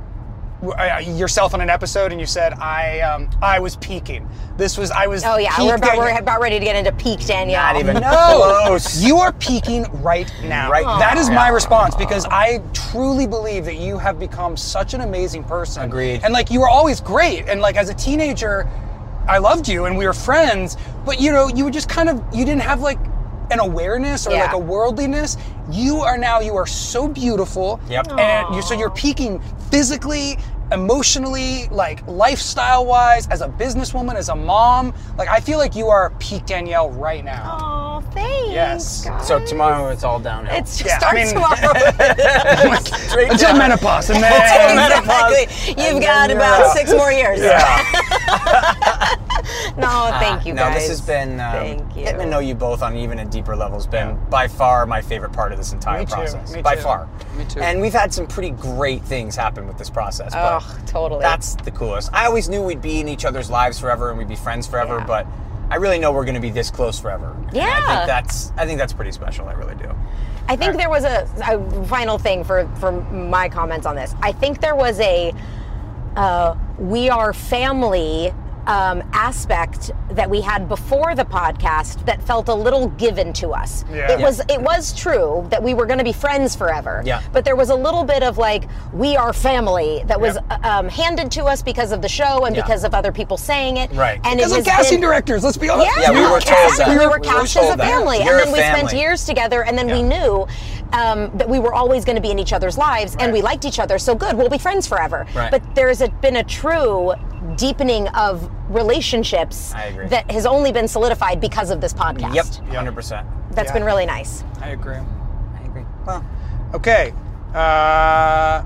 uh, yourself on an episode, and you said I um, I was peaking. This was I was.
Oh yeah,
peak
we're about, we're
Danielle.
about ready to get into peak Danielle.
not
[LAUGHS]
even
No,
close
you are peaking right now.
Right now.
That is my response because I truly believe that you have become such an amazing person.
Agreed.
And like you were always great. And like as a teenager, I loved you and we were friends. But you know, you were just kind of you didn't have like an awareness or
Yeah.
like a worldliness. You are now you are so beautiful.
Yep.
And you so you're peaking physically. Emotionally, like lifestyle wise, as a businesswoman, as a mom, like I feel like you are peak Danielle right now.
Oh, thanks.
Yes.
so tomorrow it's all downhill
It's
Yeah, I
start
[LAUGHS]
mean-
tomorrow. [LAUGHS]
Straight
Until
down.
menopause, and then
exactly. You've got
you're
about
out.
six more years.
uh, Yeah. Ah,
No, thank you
no,
guys.
this has been um,
Thank you.
getting to know you both on even a deeper level has been by far my favorite part of this entire
Me too,
process.
me
by
too.
far.
Me too.
And we've had some pretty great things happen with this process. but
Oh, totally.
That's the coolest. I always knew we'd be in each other's lives forever and we'd be friends forever, but I really know we're going to be this close forever. And I
Yeah.
think that's I think that's pretty special. I really do.
I think there was a, a final thing for, for my comments on this. I think there was a uh, we are family um, aspect that we had before the podcast that felt a little given to us.
Yeah.
It was it was true that we were going to be friends forever.
Yeah.
But there was a little bit of like we are family that was uh, um, handed to us because of the show and
Yeah.
because of other people saying it.
Right.
And
Because
it
of
has
casting
been-
directors, let's be honest.
Yeah,
we were told
cast-
that.
We
We
were
were
couched
told
as a
that.
family,
You're
and then
a
we spent
family.
years together, and then we knew um, that we were always going to be in each other's lives, and we liked each other. So good, we'll be friends forever.
Right.
But there's a, been a true deepening of relationships
I agree.
that has only been solidified because of this podcast.
Yep, 100%.
That's been really nice.
I agree.
I agree. Well,
Okay. Uh,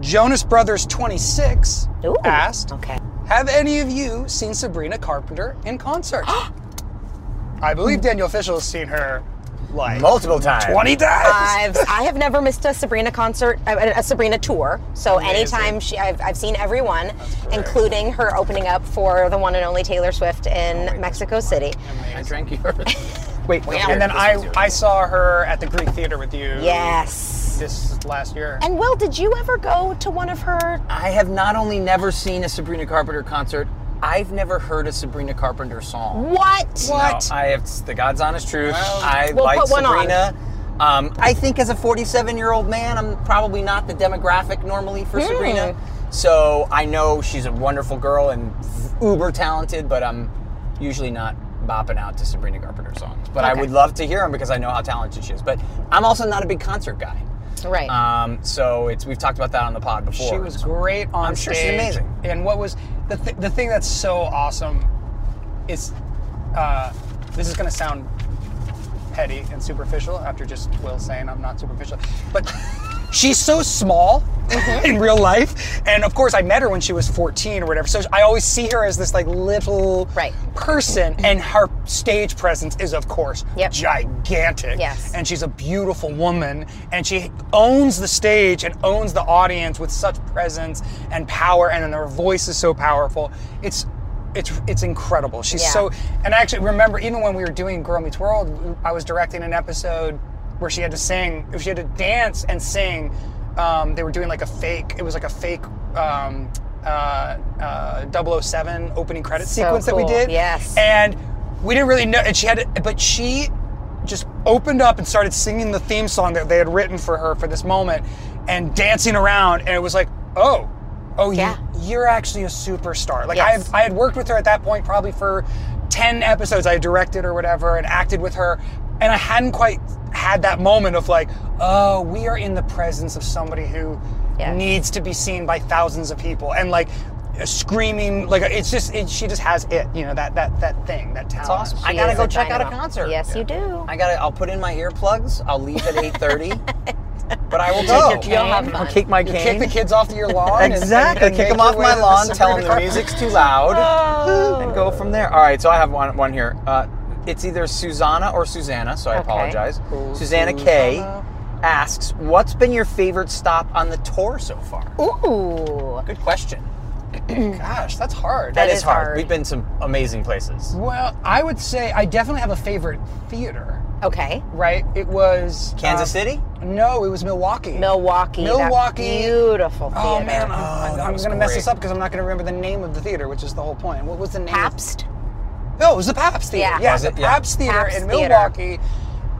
Jonas Brothers 26
Ooh,
asked
Okay.
Have any of you [GASPS] seen Sabrina Carpenter in concert? I believe Daniel Fishel has seen her
Like multiple times.
20 times.
I've I have never missed a Sabrina concert, a, a Sabrina tour. So anytime she, I've, I've seen everyone, including her opening up for the one and only Taylor Swift
Oh
in Mexico City.
I drank yours.
Wait, and then I, I saw her at the Greek Theater with you.
Yes.
This last year.
And Will, did you ever go to one of her?
I have not only never seen a Sabrina Carpenter concert, I've never heard a Sabrina Carpenter song.
What?
What? I have it's the God's honest truth. I
Well,
like
put one on.
Sabrina. Um, I think as a 47 year old man, I'm probably not the demographic normally
Hmm.
for Sabrina. So I know she's a wonderful girl and uber talented, but I'm usually not bopping out to Sabrina Carpenter songs. But I would love to hear them because I know how talented she is. But I'm also not a big concert guy.
Right.
Um, so it's we've talked about that on the pod before.
She was great on
I'm sure she's
stage.
amazing.
And what was the th- the thing that's so awesome is uh, this is going to sound petty and superficial after just Will saying I'm not superficial, but [LAUGHS] she's so small
Mm-hmm.
in real life, and of course I met her when she was 14 or whatever. So I always see her as this like little
Right.
person, and her stage presence is of course
Yep.
gigantic
Yes.
and she's a beautiful woman and she owns the stage and owns the audience with such presence and power and then her voice is so powerful it's it's it's incredible she's
Yeah.
so and I actually remember even when we were doing girl meets world i was directing an episode where she had to sing she had to dance and sing um, they were doing like a fake it was like a fake um, uh, uh, 007 opening credit
So
sequence that we
cool.
did
Yes.
and we didn't really know and she had but she just opened up and started singing the theme song that they had written for her for this moment and dancing around and it was like oh oh
Yeah.
you, you're actually a superstar like
Yes.
I, I had worked with her at that point probably for 10 episodes i directed or whatever and acted with her and i hadn't quite had that moment of like oh we are in the presence of somebody who
Yeah.
needs to be seen by thousands of people and like uh, screaming like it's just it, she just has it you know that that that thing that talent
awesome. I
She
gotta
is
go
a
check out a
dynamo.
concert.
Yes, you do.
I gotta. I'll put in my earplugs. I'll leave at eight
[LAUGHS]
thirty. but I will
Oh.
go.
cane. You'll have fun.
I'll kick my
You kick
cane.
the kids off your lawn. and-
exactly.
and- and
kick
make
them
your
off
way
my
to the
lawn.
Sabrina
Tell them the
Carpenter.
music's too
[LAUGHS]
loud. and go from there. All right. So I have one. One here. Uh, it's either Susanna or Susanna. So I apologize. Susanna K. asks, "What's been your favorite stop on the tour so far?"
Ooh.
Good question.
Gosh, that's hard.
that is,
is
hard.
hard.
We've been some amazing places.
Well, I would say I definitely have a favorite theater.
Okay.
Right? It was
Kansas
uh,
City.
No, it was Milwaukee.
Milwaukee. that
Milwaukee.
beautiful theater.
Oh man, oh,
Oh,
I'm,
that
I'm
was
gonna mess
great.
this up because I'm not gonna remember the name of the theater, which is the whole point. What was the name? of-
Pabst.
No, it was the Pabst Theater.
Yeah.
Yeah,
Was
the
it? Yeah.
Pabst Theater
Pabst
in
Theater.
Milwaukee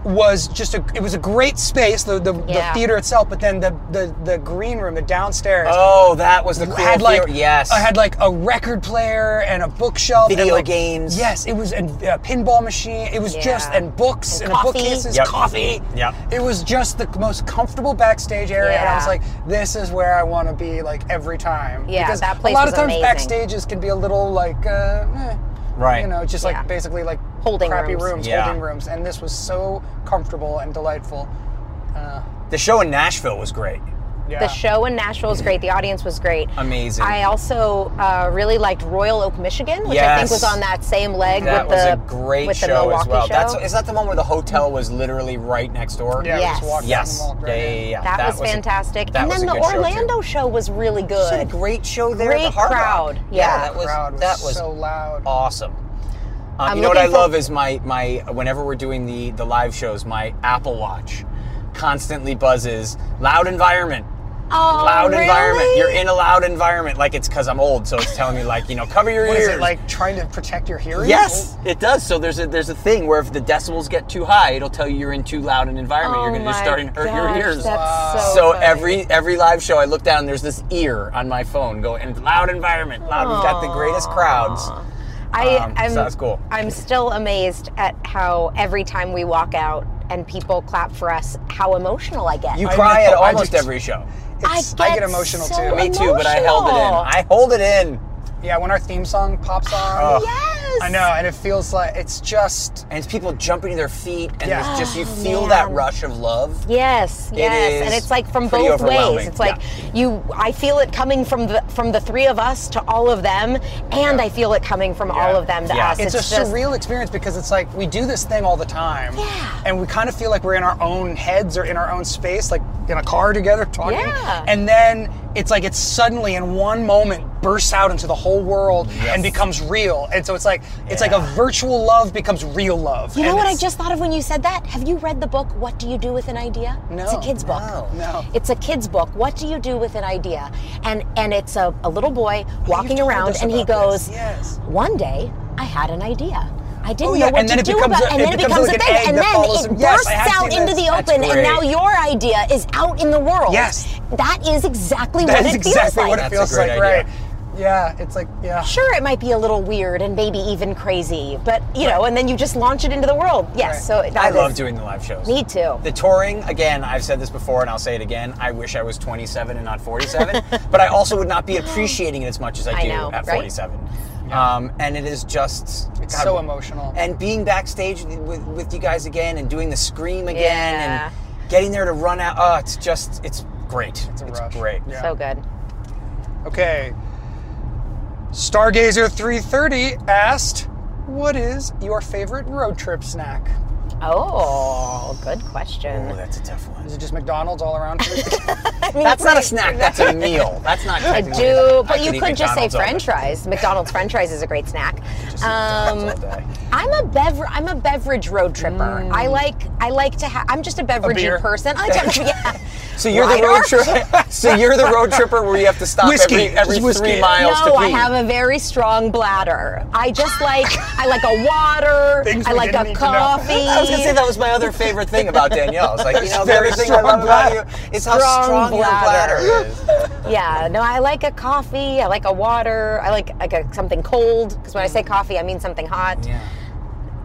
was just a. It was a great space, the the,
Yeah.
the theater itself, but then the, the the green room, the downstairs.
Oh, that was the cool
had like
theater. Yes.
I had like a record player and a bookshelf, and,
Video
like-
games.
Yes, it was a, a pinball machine. It was just
Yeah.
and books
And
and,
coffee.
bookcases,
Yep.
coffee.
Yep.
It was just the most comfortable backstage area, and I was
Yeah.
like, this is where I want to be like every time.
Yeah,
because
that place
a lot
was
of times
amazing.
backstages can be a little like, uh, eh,
Right.
You know, just like
Yeah.
basically like
Holding
crappy
rooms.
rooms,
Yeah.
holding rooms, and this was so comfortable and delightful.
The show in Nashville was great.
Yeah.
The show in Nashville was great. The audience was great.
Amazing.
I also uh, really liked Royal Oak, Michigan, which I think
Yes.
was on that same leg
That
with
was
the
a great
with
show
the Milwaukee
as well.
show.
That's is that the one where the hotel was literally right next door?
yeah, we
Yes.
just walked down
Yes.
and walked
yeah,
right
yeah,
in.
yeah, yeah.
that, was,
a-
fantastic.
that
and
was
then
a
the
good show, too.
Orlando show, was really
She had
good.
a great show there. at
Great
the Hard Rock.
crowd. Yeah.
that was
Crowd was
that was
so loud.
awesome. Um,
I'm
you know what I
looking for-
love is my my whenever we're doing the the live shows, my Apple Watch constantly buzzes. Loud environment.
oh,
Loud
really?
environment. You're in a loud environment. Like it's because I'm old, so it's telling me like you know cover your
What
ears.
is it like trying to protect your hearing?
Yes, Oh. it does. So there's a there's a thing where if the decibels get too high, it'll tell you you're in too loud an environment.
Oh
you're gonna just
my
start and hurt
gosh,
your ears.
that's Wow. so funny.
every every live show, I look down. There's this ear on my phone going and loud environment. Loud. We've got the greatest crowds.
I,
Um, so
I'm,
that's cool.
I'm still amazed at how every time we walk out and people clap for us, how emotional I get.
You
I
cry
know,
at
I
almost
just-
every show.
I
It's- I get
get
emotional
so
too.
Me too, but I held it in.
Emotional.
I hold it in.
Oh. Yeah, when our theme song pops on.
Ugh.
yes.
Yes.
I know, and it feels like it's just
And it's people jumping to their feet, and
Yeah.
there's just you feel
Oh,
that rush of love.
Yes, yes, and
is
it's like from
pretty
both ways.
overwhelming.
It's like you, I feel it coming from the from the three of us to all of them, and I feel it coming from all of them to
Yeah.
us.
it's, a
just,
surreal experience because it's like we do this thing all the time and we kind of feel like we're in our own heads or in our own space like in a car together talking
Yeah.
and then it's like it suddenly in one moment bursts out into the whole world and becomes real and so it's like it's like a virtual love becomes real love
You know
And
what I
it's- [LAUGHS]
just thought of when you said that? Have you read the book What Do You Do with an Idea? No. It's a kid's book.
no.
It's a kid's book. What do you do with an idea? And and it's a, a little boy walking
told
around
us
and he
about this.
goes,
Yes.
One day I had an idea. I didn't
Oh, yeah,
know what
and then
to
it
do
becomes
about
a-
and
it
then it
becomes
becomes
like
a
an
thing
egg
and
that
then
follows
it
him. Yes, I have
bursts out
seen
into
this.
the
That's
open and
great.
now your idea is out in the world.
Yes.
That is exactly
that
what
is
it
exactly
feels like.
what it
That's a
feels
great
like
idea.
right yeah it's like yeah
Sure, it might be a little weird and maybe even crazy, but you know, and then you just launch it into the world. Yes, so it-
I
that
love
is-
doing the live shows.
Me too.
The touring, again, I've said this before and I'll say it again. I wish I was 27 and not 47, but I also would not be appreciating it as much as I,
I
do
know,
at
right?
47. Um, and it is just
It's so emotional.
And being backstage with, with you guys again and doing the scream again
Yeah.
and getting there to run out. Oh, it's just, it's great. It's,
a rush.
great.
Yeah.
so good.
Okay. Stargazer 330 asked, "What is your favorite road trip snack?"
Oh, good
Oh,
question.
that's a tough one.
Is it just McDonald's all around? [LAUGHS] food?
That's not a snack, that's a meal. That's not
I
technically a-
do,
I
but you could
eat
just say
McDonald's all
French
day.
fries. McDonald's French fries is a great snack.
[LAUGHS] Just eat
Um,
McDonald's all day. Mm.
I'm a bever- I'm a beverage road tripper. I like I like to have. I'm just a beverage
beer?
person.
[LAUGHS]
I like to have. Yeah.
So you're
Right
the road
off.
tripper. [LAUGHS] So you're the road tripper where you have to stop
Whiskey.
every, every
Whiskey.
three miles
No,
to pee.
I have a very strong bladder. I
[LAUGHS]
just like I like a water.
Things
I
we
like
didn't
a
need to know.
coffee.
I was gonna say that was my other favorite thing about Danielle.
[LAUGHS]
It's like you [LAUGHS] know the
Very
other thing I
strong
love about you is how
Strong
strong your
bladder.
bladder is.
Yeah, no, I like a coffee. I like a water. I like like a, something cold because when I say coffee, I mean something hot.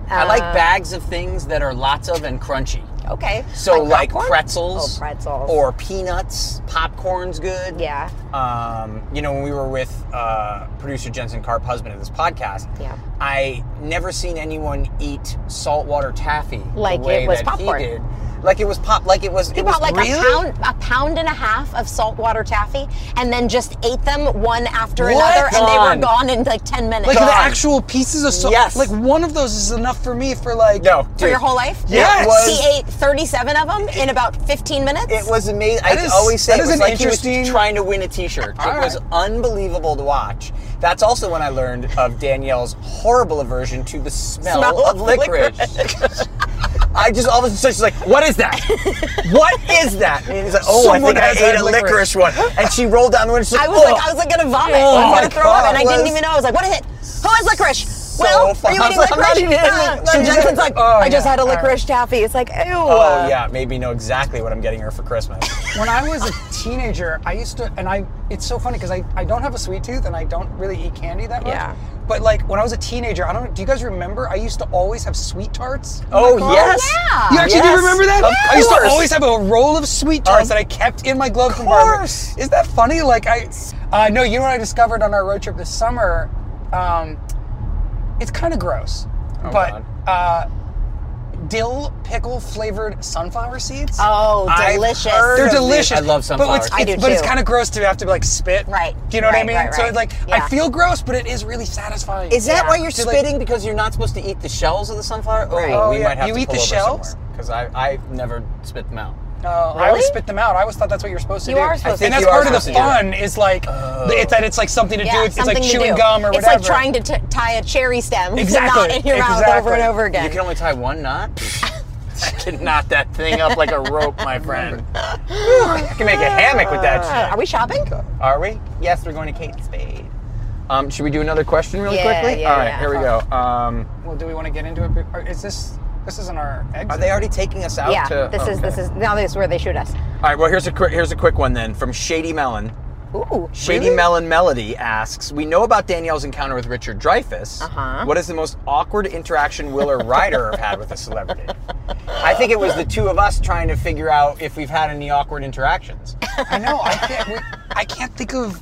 I like bags of things that are lots of and crunchy.
Okay.
So like,
popcorn?
pretzels,
Oh, pretzels.
or peanuts. Popcorn's good.
yeah.
um, you know, when we were with uh, producer Jensen Karp, husband of this podcast,
Yeah.
I never seen anyone eat saltwater taffy the
Like it
way
was
that
popcorn.
He did. Like it was pop. Like it was.
He
it was
bought like
really?
a pound, a pound and a half of saltwater taffy, and then just ate them one after
What?
another, and they were
Gone.
gone in like ten minutes.
like the
God.
actual pieces of so-
Yes.
like one of those is enough for me for like
No,
for
dude,
your whole life.
Yes.
He ate thirty-seven of them in about fifteen minutes.
It was amazing.
That
I
is-
always say
that
it
is
was
an
like he
interesting-
was trying to win a T-shirt.
All
it was
right.
unbelievable to watch. That's also when I learned of Danielle's horrible aversion to the smell,
Smell
of
of
licorice. I just all of a sudden she's like, "What is that? what is that?" And he's like, "Oh,
Someone
I
has
think I ate
had
a
licorice."
licorice. one." And she rolled down the window. She's
I
like,
was
"Oh."
like, I was like gonna vomit.
Oh
I was
my
gonna throw up, and I
God,
didn't
Liz.
even know. I was like, what is it? Oh, it's licorice. well,
fun.
are you eating
I was like, I'm not
licorice?
eating anything.
Ah.
No,
So
you just-
Jensen's like,
Oh,
I just
yeah.
had a
All right.
licorice taffy. It's like, ew.
"Oh yeah, made me know exactly what I'm getting her for Christmas."
when I was a teenager, I used to, and I, it's so funny because I, I don't have a sweet tooth and I don't really eat candy that much.
Yeah.
But like when I was a teenager, I don't, do you guys remember? I used to always have sweet tarts. in my
Oh,
glove.
yes.
Yeah.
You actually
Yes.
do remember that?
Of
I used to
course.
always have a roll of sweet tarts that I kept in my glove compartment.
course.
Is that funny? Like I, uh, no, you know what I discovered on our road trip this summer? Um, it's kind of gross,
Oh,
but, uh, dill pickle flavored sunflower seeds.
Oh,
I've
delicious.
heard
They're
of these.
delicious.
I love
But
sunflowers.
it's,
I
it's-
do
but it's
too.
kind of gross to have to like spit.
Right.
Do you know what I
Right,
mean?
right,
So
right.
like
Yeah.
I feel gross, but it is really satisfying.
Is that
Yeah.
why you're
To, like-
spitting? because you're not supposed to eat the shells of the sunflower? Oh,
Oh,
we
yeah.
might have
You
to
eat
pull
the
over
shells?
because I I never spit
[LAUGHS]
them out.
Uh, I always spit them out. I always thought that's what you're supposed to
You
do.
are I supposed to
And
think
that's
you are
part of the
supposed to do
fun is like it's that it's like something to do.
Yeah,
It's like
something to
chewing
do.
gum or
It's
whatever.
like trying to t- tie a cherry stem
Exactly.
to knot in your mouth over
Exactly.
and over again.
You can only tie one
[LAUGHS]
knot. I can knot that thing up like a rope,
[LAUGHS]
my friend. Whew, I can make a hammock with that.
Are we shopping?
shit. Are we? Yes, we're going to Kate Spade. Um, should we do another question really
Yeah,
quickly?
yeah,
All right,
yeah.
here we go. Um,
Well, do we want to get into it? Or Is this this isn't our exit?
are they already taking us out?
Yeah.
to- oh,
this is
okay.
this is now this is where they shoot us.
All right. Well, here's a quick here's a quick one then from Shady Melon.
Ooh.
Shady Melon Melody asks, "We know about Danielle's encounter with Richard Dreyfuss. Uh-huh. is the most awkward interaction Will or Ryder have had with a celebrity? I think it was the two of us trying to figure out if we've had any awkward interactions.
I know. I can't. We, I can't think of.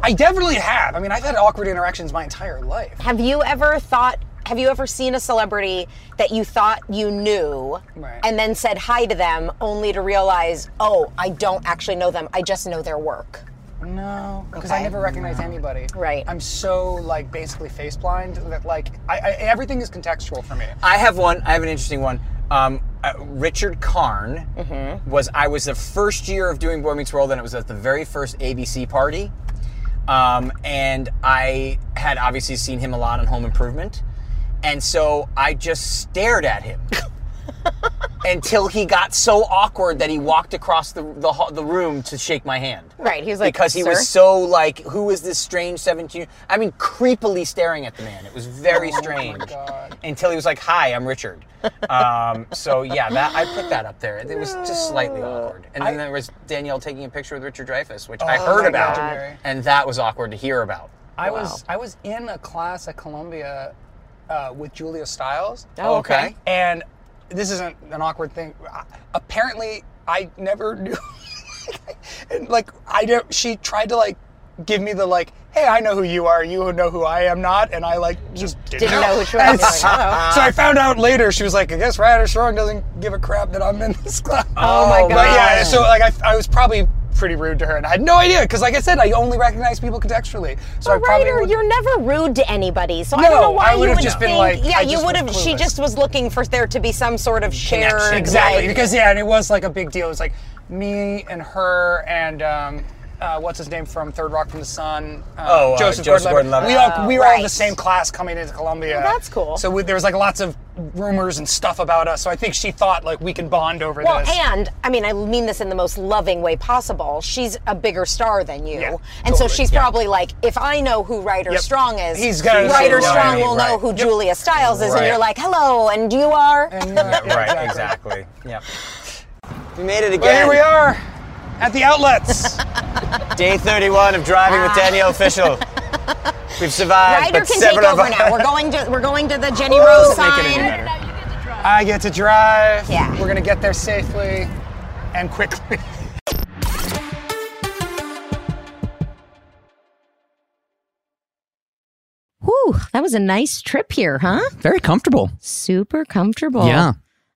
I definitely have. I mean, I've had awkward interactions my entire life.
Have you ever thought? Have you ever seen a celebrity that you thought you knew
Right.
and then said hi to them only to realize, oh, I don't actually know them. I just know their work.
No, because I
Okay.
never recognize anybody.
Right.
I'm so like basically face blind that like I, I everything is contextual for me.
I have one. I have an interesting one. Um, uh, Richard Karn
Mm-hmm.
was. I was the first year of doing Boy Meets World, and it was at the very first ABC party. Um, and I had obviously seen him a lot on Home Improvement, and so I just stared
[LAUGHS]
at him until he got so awkward that he walked across the the, ho- the room to shake my hand.
Right. He was like,
because he
"Sir?"
was so like, who is this strange seventeen? I mean, creepily staring at the man. It was very strange. Until he was like, "Hi, I'm Richard." Um, so yeah, that I put that up there. It was just slightly awkward. And then there was Danielle taking a picture with Richard Dreyfuss, which I heard
my
about,
God. Legendary.
and that was awkward to hear about.
I was I was in a class at Columbia uh, with Julia Stiles.
Oh, okay. okay.
And this isn't an awkward thing. I- Apparently, I never [LAUGHS] knew. and like I don't. She tried to like give me the like, hey, I know who you are. You know who I am not. And I like just didn't,
Didn't know who she was.
And
You're like,
so,
Oh.
so I found out later. She was like, I guess Ryder Strong doesn't give a crap that I'm in this class.
Oh, my
But yeah.
God.
So like I, I was probably pretty rude to her, and I had no idea because, like I said, I only recognize people contextually. So I
But
probably
Ryder,
would-
you're never rude to anybody, so I
No,
don't know
I
why you
would've
would
just been
think.
like,
yeah,
I
you
just
would
was
have. She
clueless.
just was looking for there to be some sort of shared.
Connection.
Exactly,
like-
because yeah, and it was like a big deal. It was like me and her and um, uh, what's his name from Third Rock from the Sun? Uh,
Oh, uh, Joseph Gordon-Levitt.
We all we were all in
right.
the same class coming into Columbia.
that's cool.
So we, there was like lots of rumors and stuff about us. So I think she thought like we can bond over
Well,
this.
and I mean, I mean this in the most loving way possible. She's a bigger star than you,
Yeah,
and so she's probably like, if I know who Ryder
Yep.
Strong is,
He's gonna
Ryder
know.
Strong
Right,
will know
right.
who Julia Stiles is, and
Right.
you're like, hello, and you are.
Yeah, right, exactly. yeah. [LAUGHS] We made it again.
But here we are at the outlets.
Day 31 of driving with Danielle [LAUGHS] Official. We've survived,
Ryder
but
can take
seven of
over
us.
now. We're going to we're going to the Jenny Rose sign.
I get to drive.
Yeah.
We're gonna get there safely and quickly. [LAUGHS]
Whew, that was a nice trip here, huh?
Very comfortable.
Super comfortable.
Yeah.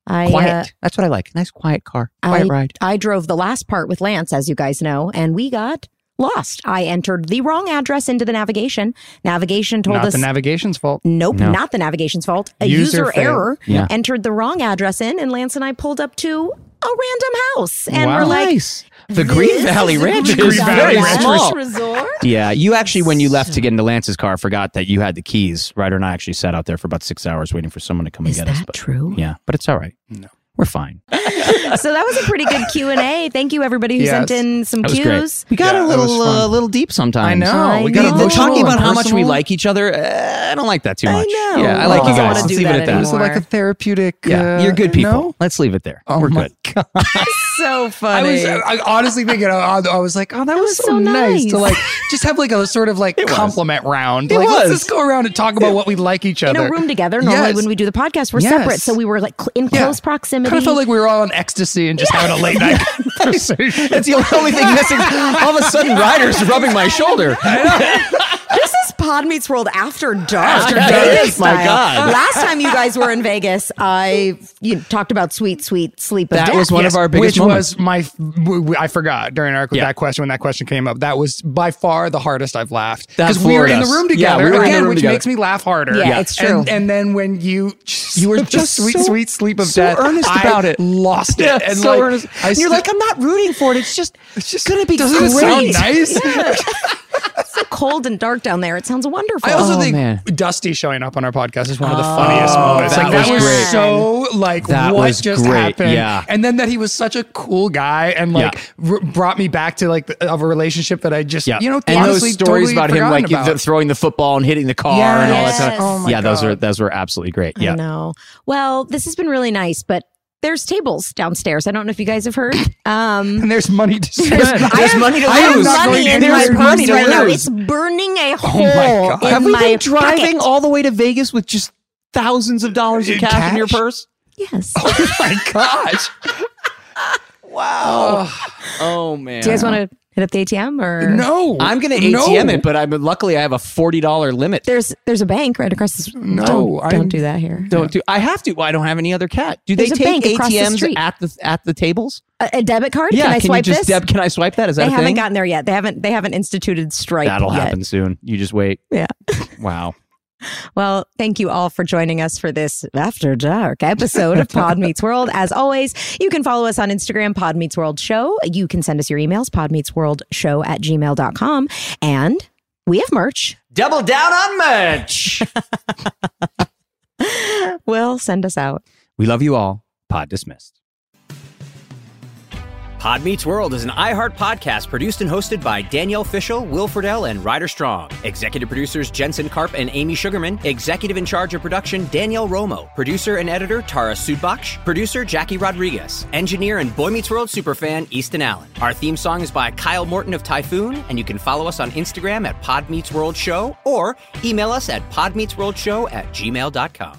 I,
Quiet.
uh,
That's what I like. Nice quiet car.
I,
Quiet ride.
I drove the last part with Lance, as you guys know, and we got lost. I entered the wrong address into the navigation. Navigation told
Not
us
the navigation's fault.
Nope,
No.
not the navigation's fault. A
User
user,
fail.
error
Yeah.
entered the wrong address in, and Lance and I pulled up to a random house, and we're like,
nice. The Green
"This
Valley
is a
Ranch
Green
is
Valley
very
Ranch
small.
Resort.
Yeah, you actually, when you left to get into Lance's car, forgot that you had the keys. Ryder and I actually sat out there for about six hours waiting for someone to come
Is
and get us.
that
But
true?
yeah, but it's all right. No, we're fine.
So that was a pretty
[LAUGHS]
good Q and A. Thank you, everybody who
Yes.
sent in some
That was
cues.
great. We got
Yeah,
a
that was
little
fun.
uh, little deep sometimes.
I know.
I
we
We
got
know.
got
emotional
talking about
and
how much we
personal.
like each other. Uh, I don't like that too
I
much.
know.
Yeah, I
Oh,
like
I don't
you guys.
wanna
Let's
do
leave
that
it at that.
It was
anymore.
like a therapeutic.
Yeah,
uh,
you're good people.
no?
Let's leave it there.
Oh
we're
my
good.
god!
So
I
funny.
was uh, I [LAUGHS] honestly thinking. I, I was like, oh, that, was,
was
so,
so
nice. to
nice.
like just have like a sort of like compliment round. like
was.
let's just go around and talk about what we like each
in
other
a room together. Normally,
Yes.
when we do the podcast, we're
Yes.
separate, so we were like cl- in
Yeah.
close proximity.
Kind of felt like we were all in ecstasy and just having a late night [LAUGHS] conversation.
[LAUGHS] That's the only thing missing. All of a sudden, Ryder's rubbing my shoulder.
this is Pod Meets World after dark.
After
Vegas
dark. Yes, my
style.
God.
Last time you guys were in Vegas, I you talked about sweet, sweet sleep of
That
death.
was one of our biggest
Which
moments.
was my, w- w- I forgot during our
Yeah.
that question when that question came up. That was by far the hardest I've laughed
That
we were
floored
in the
us.
room
Yeah,
together
we were in the
again,
room
which
together.
makes me laugh harder.
Yeah, Yeah. it's
And-
true.
And, then when you,
You were [LAUGHS]
[LAUGHS] the
just
sweet,
so-
sweet sleep of
so
death.
earnest
I
about it.
Lost it.
Yeah,
and
so
like,
earnest.
I
And you're
st-
like, I'm not rooting for it. It's just
[LAUGHS]
it's just gonna be
doesn't it sound
great. [LAUGHS]
nice?
It's so cold and dark down there. It sounds wonderful.
I also
Oh,
think
man. Oh,
Dusty showing up on our podcast is one of the funniest moments.
that
like
was
that was
great.
so like
That
what
was
just
great,
happened,
yeah.
and then that he was such a cool guy and like r- brought me back to like the, of a relationship that I just
Yeah,
you know
and
honestly,
those stories
totally
about him,
forgotten
like
about.
th- throwing the football and hitting the car and all that stuff.
Yes. Oh
my
yeah, those
God.
are those were absolutely great.
I
Yeah,
know. Well, this has been really nice, but there's tables downstairs. I don't know if you guys have heard.
[LAUGHS]
Um,
[LAUGHS] and there's money to spend.
There's money to
I have
lose.
money in my
There's
purse
money to
right now.
lose. Oh
It's burning a hole
God.
in
Have we
my
been driving
pocket.
all the way to Vegas with just thousands of dollars in
In
cash, in your
cash?
purse?
Yes.
Oh,
my gosh.
Wow. Oh, man.
Do you guys want to
Hit up the ATM or
[LAUGHS] No,
I'm going to
No.
ATM it, but I'm luckily I have a forty dollar limit.
There's there's a bank right across this.
No,
don't,
I'm-
don't do that here.
don't do. I have to. Well, I don't have any other cat. Do they
There's a
take
bank across the
ATMs
street.
at the at the tables?
A, a debit card?
yeah.
can I swipe
you just
this?
Deb, can I swipe that? Is that
they
a
haven't
thing?
gotten there yet. They haven't they haven't instituted Stripe.
That'll
yet.
happen soon. You just wait.
Yeah. [LAUGHS]
Wow.
Well, thank you all for joining us for this After Dark episode of
[LAUGHS]
Pod Meets World. As always, you can follow us on Instagram, Pod Meets World Show. You can send us your emails, podmeetsworldshow at gmail.com. And we have merch.
Double down on merch.
[LAUGHS] Will, send us out.
we love you all. Pod dismissed.
Pod Meets World is an iHeart podcast produced and hosted by Danielle Fishel, Will Friedle, and Ryder Strong. Executive producers Jensen Karp and Amy Sugarman. Executive in charge of production Danielle Romo. Producer and editor Tara Sudbach. Producer Jackie Rodriguez. Engineer and Boy Meets World superfan Easton Allen. Our theme song is by Kyle Morton of Typhoon, and you can follow us on Instagram at Pod Meets World Show or email us at podmeetsworldshow at gmail.com.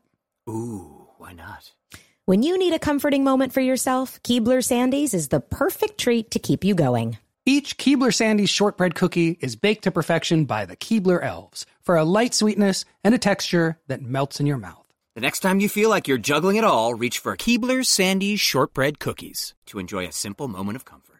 Ooh, why not?
When you need a comforting moment for yourself, Keebler Sandies is the perfect treat to keep you going.
Each Keebler Sandy's shortbread cookie is baked to perfection by the Keebler elves for a light sweetness and a texture that melts in your mouth.
The next time you feel like you're juggling it all, reach for Keebler Sandies shortbread cookies to enjoy a simple moment of comfort.